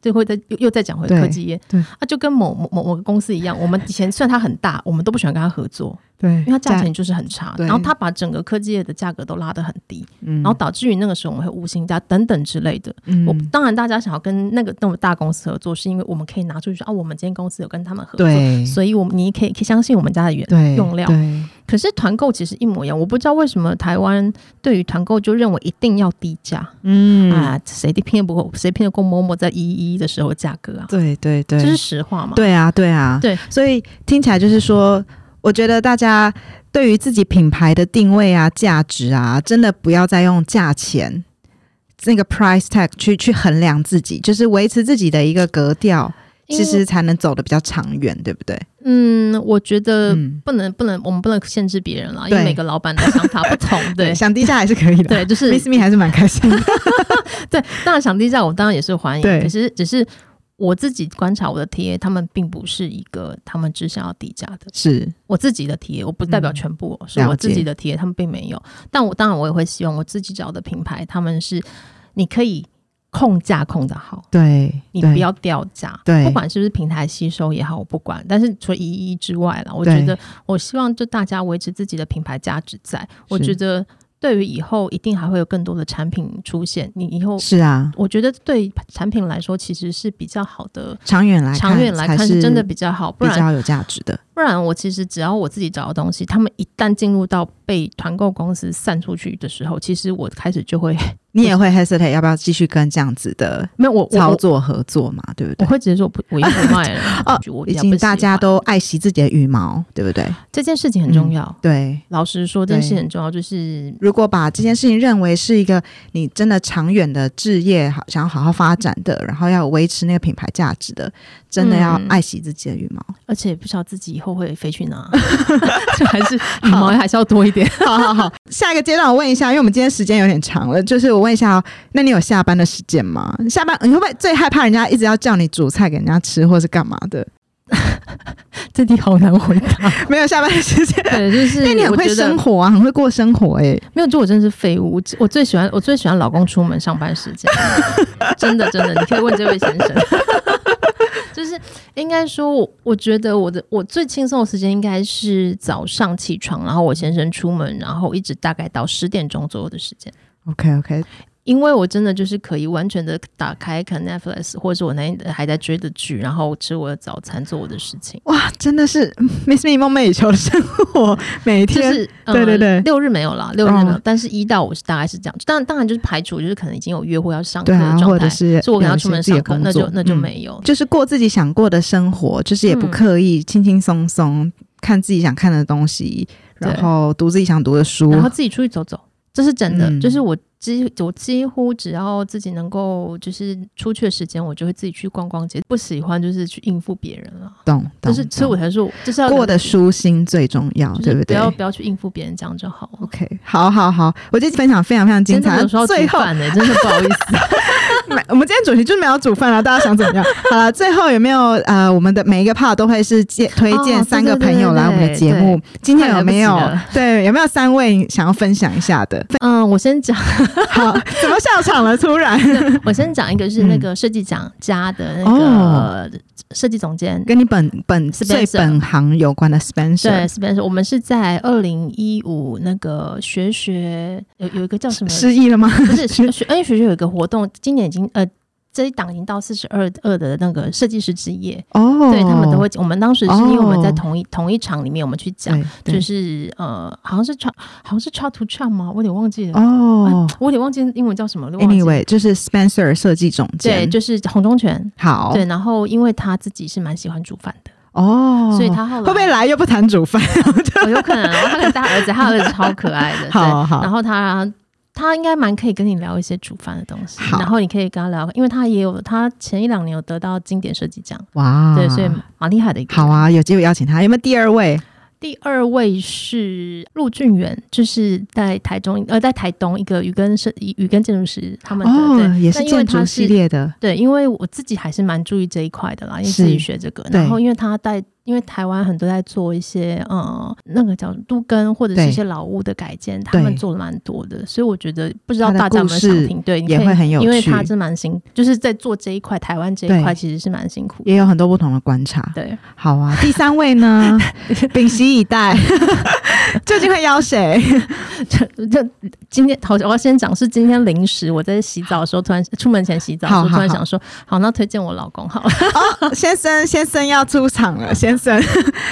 Speaker 1: 就会再又又再讲回
Speaker 2: 对
Speaker 1: 科技业，
Speaker 2: 对
Speaker 1: 啊，就跟某某某某个公司一样，我们以前虽然它很大， 我们都不喜欢跟它合作，
Speaker 2: 嗯对，
Speaker 1: 因为它价钱就是很差，
Speaker 2: 对
Speaker 1: 然后它把整个科技业的价格都拉得很低，
Speaker 2: 嗯，
Speaker 1: 然后导致于那个时候我们会无薪假等等之类的。
Speaker 2: 嗯
Speaker 1: 我当然大家想要跟那个那么大公司合作，是因为我们可以拿出去说啊，我们今天公司有跟他们合作，
Speaker 2: 对
Speaker 1: 所以我们你可以可以相信我们家的原
Speaker 2: 对
Speaker 1: 用料
Speaker 2: 对
Speaker 1: 可是团购其实一模一样，我不知道为什么台湾对于团购就认为一定要低价、
Speaker 2: 嗯，
Speaker 1: 啊，谁骗不过谁骗得过某某在一一的时候的价格啊？
Speaker 2: 对对对，
Speaker 1: 这是实话嘛？
Speaker 2: 对啊，对啊，
Speaker 1: 对，
Speaker 2: 所以听起来就是说，我觉得大家对于自己品牌的定位啊、价值啊，真的不要再用价钱那个 price tag 去去衡量自己，就是维持自己的一个格调，
Speaker 1: 因
Speaker 2: 其
Speaker 1: 为
Speaker 2: 实才能走得比较长远，对不对？
Speaker 1: 嗯，我觉得
Speaker 2: 嗯，
Speaker 1: 不能不能，我们不能限制别人啦，因为
Speaker 2: 对
Speaker 1: 每个老板的想法不同， 对。
Speaker 2: 想低价还是可以的。
Speaker 1: 对，就是
Speaker 2: Miss Me 还是蛮开心 的。
Speaker 1: 对，当然想低价，我当然也是欢迎。
Speaker 2: 对
Speaker 1: 可是只是我自己观察我的 TA，他们并不是一个他们只想要低价的。
Speaker 2: 是，
Speaker 1: 我自己的 TA，我不代表
Speaker 2: 嗯
Speaker 1: 全部哦，是
Speaker 2: 了
Speaker 1: 我自
Speaker 2: 解
Speaker 1: 己的 TA，他们并没有。但我当然我也会希望我自己找的品牌，他们是你可以控价控的好，
Speaker 2: 对，
Speaker 1: 你
Speaker 2: 对
Speaker 1: 不要掉价，
Speaker 2: 对
Speaker 1: 不管是不是平台吸收也好，我不管。但是除了一一之外啦，我
Speaker 2: 对
Speaker 1: 觉得我希望就大家维持自己的品牌价值在，我觉
Speaker 2: 是
Speaker 1: 得对于以后一定还会有更多的产品出现，你以后。
Speaker 2: 是啊，
Speaker 1: 我觉得对产品来说，其实是比较好的，
Speaker 2: 长远来看
Speaker 1: 长远来看
Speaker 2: 才
Speaker 1: 是
Speaker 2: 是
Speaker 1: 真的比较好，不
Speaker 2: 比
Speaker 1: 然
Speaker 2: 较有价值的。
Speaker 1: 不然我其实只要我自己找的东西，他们一旦进入到被团购公司散出去的时候，其实我开始就会
Speaker 2: 你也会 hesitate 要不要继续跟这样子的
Speaker 1: 没有我我
Speaker 2: 操
Speaker 1: 我
Speaker 2: 作合作嘛？对不
Speaker 1: 我
Speaker 2: 对？，
Speaker 1: 会直接说我不我也不卖了
Speaker 2: 哦
Speaker 1: 我觉得我比
Speaker 2: 已
Speaker 1: 较不喜
Speaker 2: 经
Speaker 1: 欢
Speaker 2: 大家都爱惜自己的羽毛，对不对？
Speaker 1: 这件事情很重要。
Speaker 2: 对。
Speaker 1: 老实说，这
Speaker 2: 对
Speaker 1: 件事很重要，就是
Speaker 2: 如果把这件事情认为是一个你真的长远的置业，好想要好好发展的，然后要维持那个品牌价值的，真的要
Speaker 1: 嗯
Speaker 2: 爱惜自己的羽毛。
Speaker 1: 而且不知道自己以后会飞去哪，就 还 是羽毛还是要多一点。
Speaker 2: 嗯好好 好，下一个阶段我问一下，因为我们今天时间有点长了，就是我问一下、哦，那你有下班的时间吗？下班你会不会最害怕人家一直要叫你煮菜给人家吃，或是干嘛的？
Speaker 1: 这题好难回 答。
Speaker 2: 没有下班的时间。
Speaker 1: 对，就是
Speaker 2: 那你很
Speaker 1: 我
Speaker 2: 会
Speaker 1: 觉得
Speaker 2: 生活啊，很会过生活哎、
Speaker 1: 没有，就我真的是废物。我我最喜欢我最喜欢老公出门上班时 间，真的真的，你可以问这位先 生。就是应该说我，我觉得我的我最轻松的时间应该是早上起床，然后我先生出门，然后一直大概到十点钟左右的时间。
Speaker 2: OK OK，
Speaker 1: 因为我真的就是可以完全的打开看 Netflix，或者是我那天还在追的剧，然后吃我的早餐，做我的事情。
Speaker 2: 哇，真的是 嗯 Miss Me 梦寐以求的生活， 每
Speaker 1: 就
Speaker 2: 天、
Speaker 1: 是、呃、
Speaker 2: 对对对
Speaker 1: 六日没有啦，六日没有，
Speaker 2: 哦
Speaker 1: 但是一到五是大概是这样。当然当然就是排除就是可能已经有约会要上课
Speaker 2: 对
Speaker 1: 的
Speaker 2: 啊，
Speaker 1: 状态，
Speaker 2: 或者是
Speaker 1: 所以我可能要
Speaker 2: 有
Speaker 1: 出门
Speaker 2: 一些自己
Speaker 1: 上
Speaker 2: 的
Speaker 1: 课，
Speaker 2: 工
Speaker 1: 那就
Speaker 2: 作
Speaker 1: 那就
Speaker 2: 嗯
Speaker 1: 没有。
Speaker 2: 就是过自己想过的生活，就是也不刻意，轻轻松松看自己想看的东西，
Speaker 1: 对
Speaker 2: 然后读自己想读的书。
Speaker 1: 然后自己出去走走，这是真的。
Speaker 2: 嗯
Speaker 1: 就是我几我几乎只要自己能够就是出去的时间，我就会自己去逛逛街。不喜欢就是去应付别人了，
Speaker 2: 懂懂，
Speaker 1: 就是所以我
Speaker 2: 懂
Speaker 1: 才说就是要
Speaker 2: 过得舒心最重要，
Speaker 1: 就
Speaker 2: 对
Speaker 1: 是不
Speaker 2: 对
Speaker 1: 要不要去应付别人，这样就好了。
Speaker 2: ？OK，好好好，我觉得分享非常非常精
Speaker 1: 今天
Speaker 2: 彩。
Speaker 1: 有时候
Speaker 2: 最
Speaker 1: 煮
Speaker 2: 后，
Speaker 1: 饭呢，真的不好意思。
Speaker 2: 没我们今天主题就是没有煮饭了，啊大家想怎 么样？好了，最后有没有呃，我们的每一个 part 都会是介推荐
Speaker 1: 哦
Speaker 2: 三个
Speaker 1: 对对对
Speaker 2: 朋友来我们的节
Speaker 1: 哦
Speaker 2: 目。今天有没有
Speaker 1: 太来不及了
Speaker 2: 对有没有三位想要分享一下的？
Speaker 1: 嗯，我先讲，
Speaker 2: 好，怎么笑场了？突 然
Speaker 1: 我先讲一个是那个设计奖家的那
Speaker 2: 哦
Speaker 1: 个设计总监。
Speaker 2: 跟你本本
Speaker 1: Spencer
Speaker 2: 最本行有关的 Spencer
Speaker 1: 对，Spencer，我们是在二零一五那个学学有有一个叫什么
Speaker 2: 失忆了吗？
Speaker 1: 不是学学，因为学学有一个活动，今年已经呃。这一档已经到四十二二的那个设计师之夜，
Speaker 2: 哦，
Speaker 1: 对他们都会。我们当时是
Speaker 2: 哦
Speaker 1: 因为我们在同一、同一场里面，我们去讲，
Speaker 2: 对，对
Speaker 1: 就是呃，好像是 c 好像是 c h a t to c h a 吗？我有点忘记了，
Speaker 2: 哦。
Speaker 1: 我有点忘记英文叫什么了。我忘记了
Speaker 2: Anyway，就是 Spencer 设计总
Speaker 1: 对，
Speaker 2: 监，
Speaker 1: 就是洪忠全。
Speaker 2: 好
Speaker 1: 对，然后因为他自己是蛮喜欢煮饭的，
Speaker 2: 哦，
Speaker 1: 所以他后来
Speaker 2: 会不会来又不谈煮饭？
Speaker 1: 哦 哦有可能，然后他跟他儿子，他儿子超可爱的，对
Speaker 2: 好好
Speaker 1: 然后他他他应该蛮可以跟你聊一些煮饭的东西，
Speaker 2: 好
Speaker 1: 然后你可以跟他聊，因为他也有他前一两年有得到经典设计奖，
Speaker 2: 哇，
Speaker 1: 对，所以蛮厉害的一个。
Speaker 2: 嗯好，啊，有机会邀请他。有没有第二位？
Speaker 1: 第二位是陆俊元，就是在台中呃在台东一个鱼耕设鱼耕建筑师他们的，
Speaker 2: 哦，
Speaker 1: 对，
Speaker 2: 也是
Speaker 1: 那因为
Speaker 2: 建
Speaker 1: 他
Speaker 2: 筑系列的，
Speaker 1: 对，因为我自己还是蛮注意这一块的啦，因为
Speaker 2: 是
Speaker 1: 自己学这个。
Speaker 2: 对
Speaker 1: 然后因为他在，因为台湾很多在做一些呃那个叫都更或者是
Speaker 2: 对
Speaker 1: 一些老屋的改建，他们
Speaker 2: 对
Speaker 1: 做了蛮多的，所以我觉得不知道
Speaker 2: 他的
Speaker 1: 大家有没有
Speaker 2: 故事
Speaker 1: 想听，对，你
Speaker 2: 也
Speaker 1: 可以
Speaker 2: 会很有
Speaker 1: 因为
Speaker 2: 趣
Speaker 1: 他是蛮辛，就是在做这一块台湾这一块
Speaker 2: 对
Speaker 1: 其实是蛮辛苦的。
Speaker 2: 也有很多不同的观察。
Speaker 1: 对，
Speaker 2: 好啊，第三位呢？屏息以待，究竟会邀谁？
Speaker 1: 就今天好，我要先讲是今天临时我在洗澡的时候，突然出门前洗澡的时
Speaker 2: 好
Speaker 1: 候，
Speaker 2: 好
Speaker 1: 突然
Speaker 2: 好
Speaker 1: 想说，好，那推荐我老公好 了。
Speaker 2: 先生，先生要出场了，先生。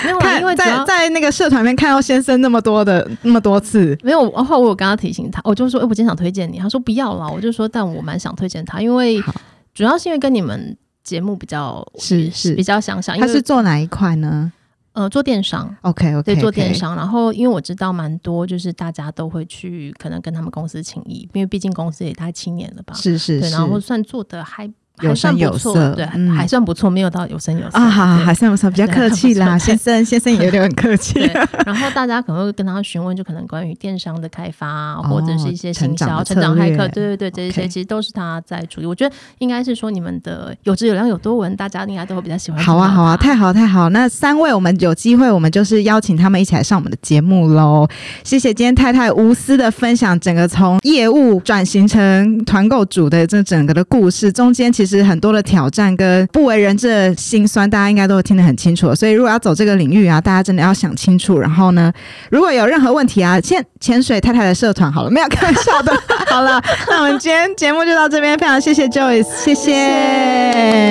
Speaker 1: 没有啦，
Speaker 2: 看
Speaker 1: 因为主
Speaker 2: 在
Speaker 1: 要
Speaker 2: 在那个社团里面看到先生那么多的那么多次，
Speaker 1: 没有，然后我有跟他提醒他，我就说，哎、我今天想推荐你，他说不要啦，我就说，但我蛮想推荐他，因为
Speaker 2: 好
Speaker 1: 主要是因为跟你们节目比较
Speaker 2: 是是
Speaker 1: 比较相像，因
Speaker 2: 他是
Speaker 1: 为
Speaker 2: 做哪一块呢
Speaker 1: 呃做电商。
Speaker 2: ？OK OK，
Speaker 1: 对，做电商，然后因为我知道蛮多，就是大家都会去，可能跟他们公司请益，因为毕竟公司也大概七年了吧，
Speaker 2: 是是
Speaker 1: 对，
Speaker 2: 是，
Speaker 1: 然后算做的还
Speaker 2: 有
Speaker 1: 还算
Speaker 2: 声有
Speaker 1: 不错，
Speaker 2: 色
Speaker 1: 对，
Speaker 2: 嗯
Speaker 1: 还算不错，没有到有声有色
Speaker 2: 啊，好好
Speaker 1: 对
Speaker 2: 好，算不算比较
Speaker 1: 对
Speaker 2: 客气啦，
Speaker 1: 还不错
Speaker 2: 先生先生也有点很客气
Speaker 1: 对，然后大家可能会跟他询问，就可能关于电商的开发啊，
Speaker 2: 哦
Speaker 1: 或者是一些行销、成
Speaker 2: 成
Speaker 1: 长
Speaker 2: 长的策
Speaker 1: 骇
Speaker 2: 略
Speaker 1: 客，对对对，这一
Speaker 2: OK
Speaker 1: 些其实都是他在主理。我觉得应该是说你们的有质有量有多文，大家应该都会比较喜欢。
Speaker 2: 好啊，好啊，太好太好！那三位，我们有机会，我们就是邀请他们一起来上我们的节目喽。谢谢今天太太无私的分享，整个从业务转型成团购主的这整个的故事，中间其实很多的挑战跟不为人知的辛酸，大家应该都听得很清楚。所以如果要走这个领域啊，大家真的要想清楚。然后呢，如果有任何问题啊，潜潜水太太的社团好了，没有开玩笑的。 好了，那我们今天节目就到这边，非常谢谢 Joyce，谢谢。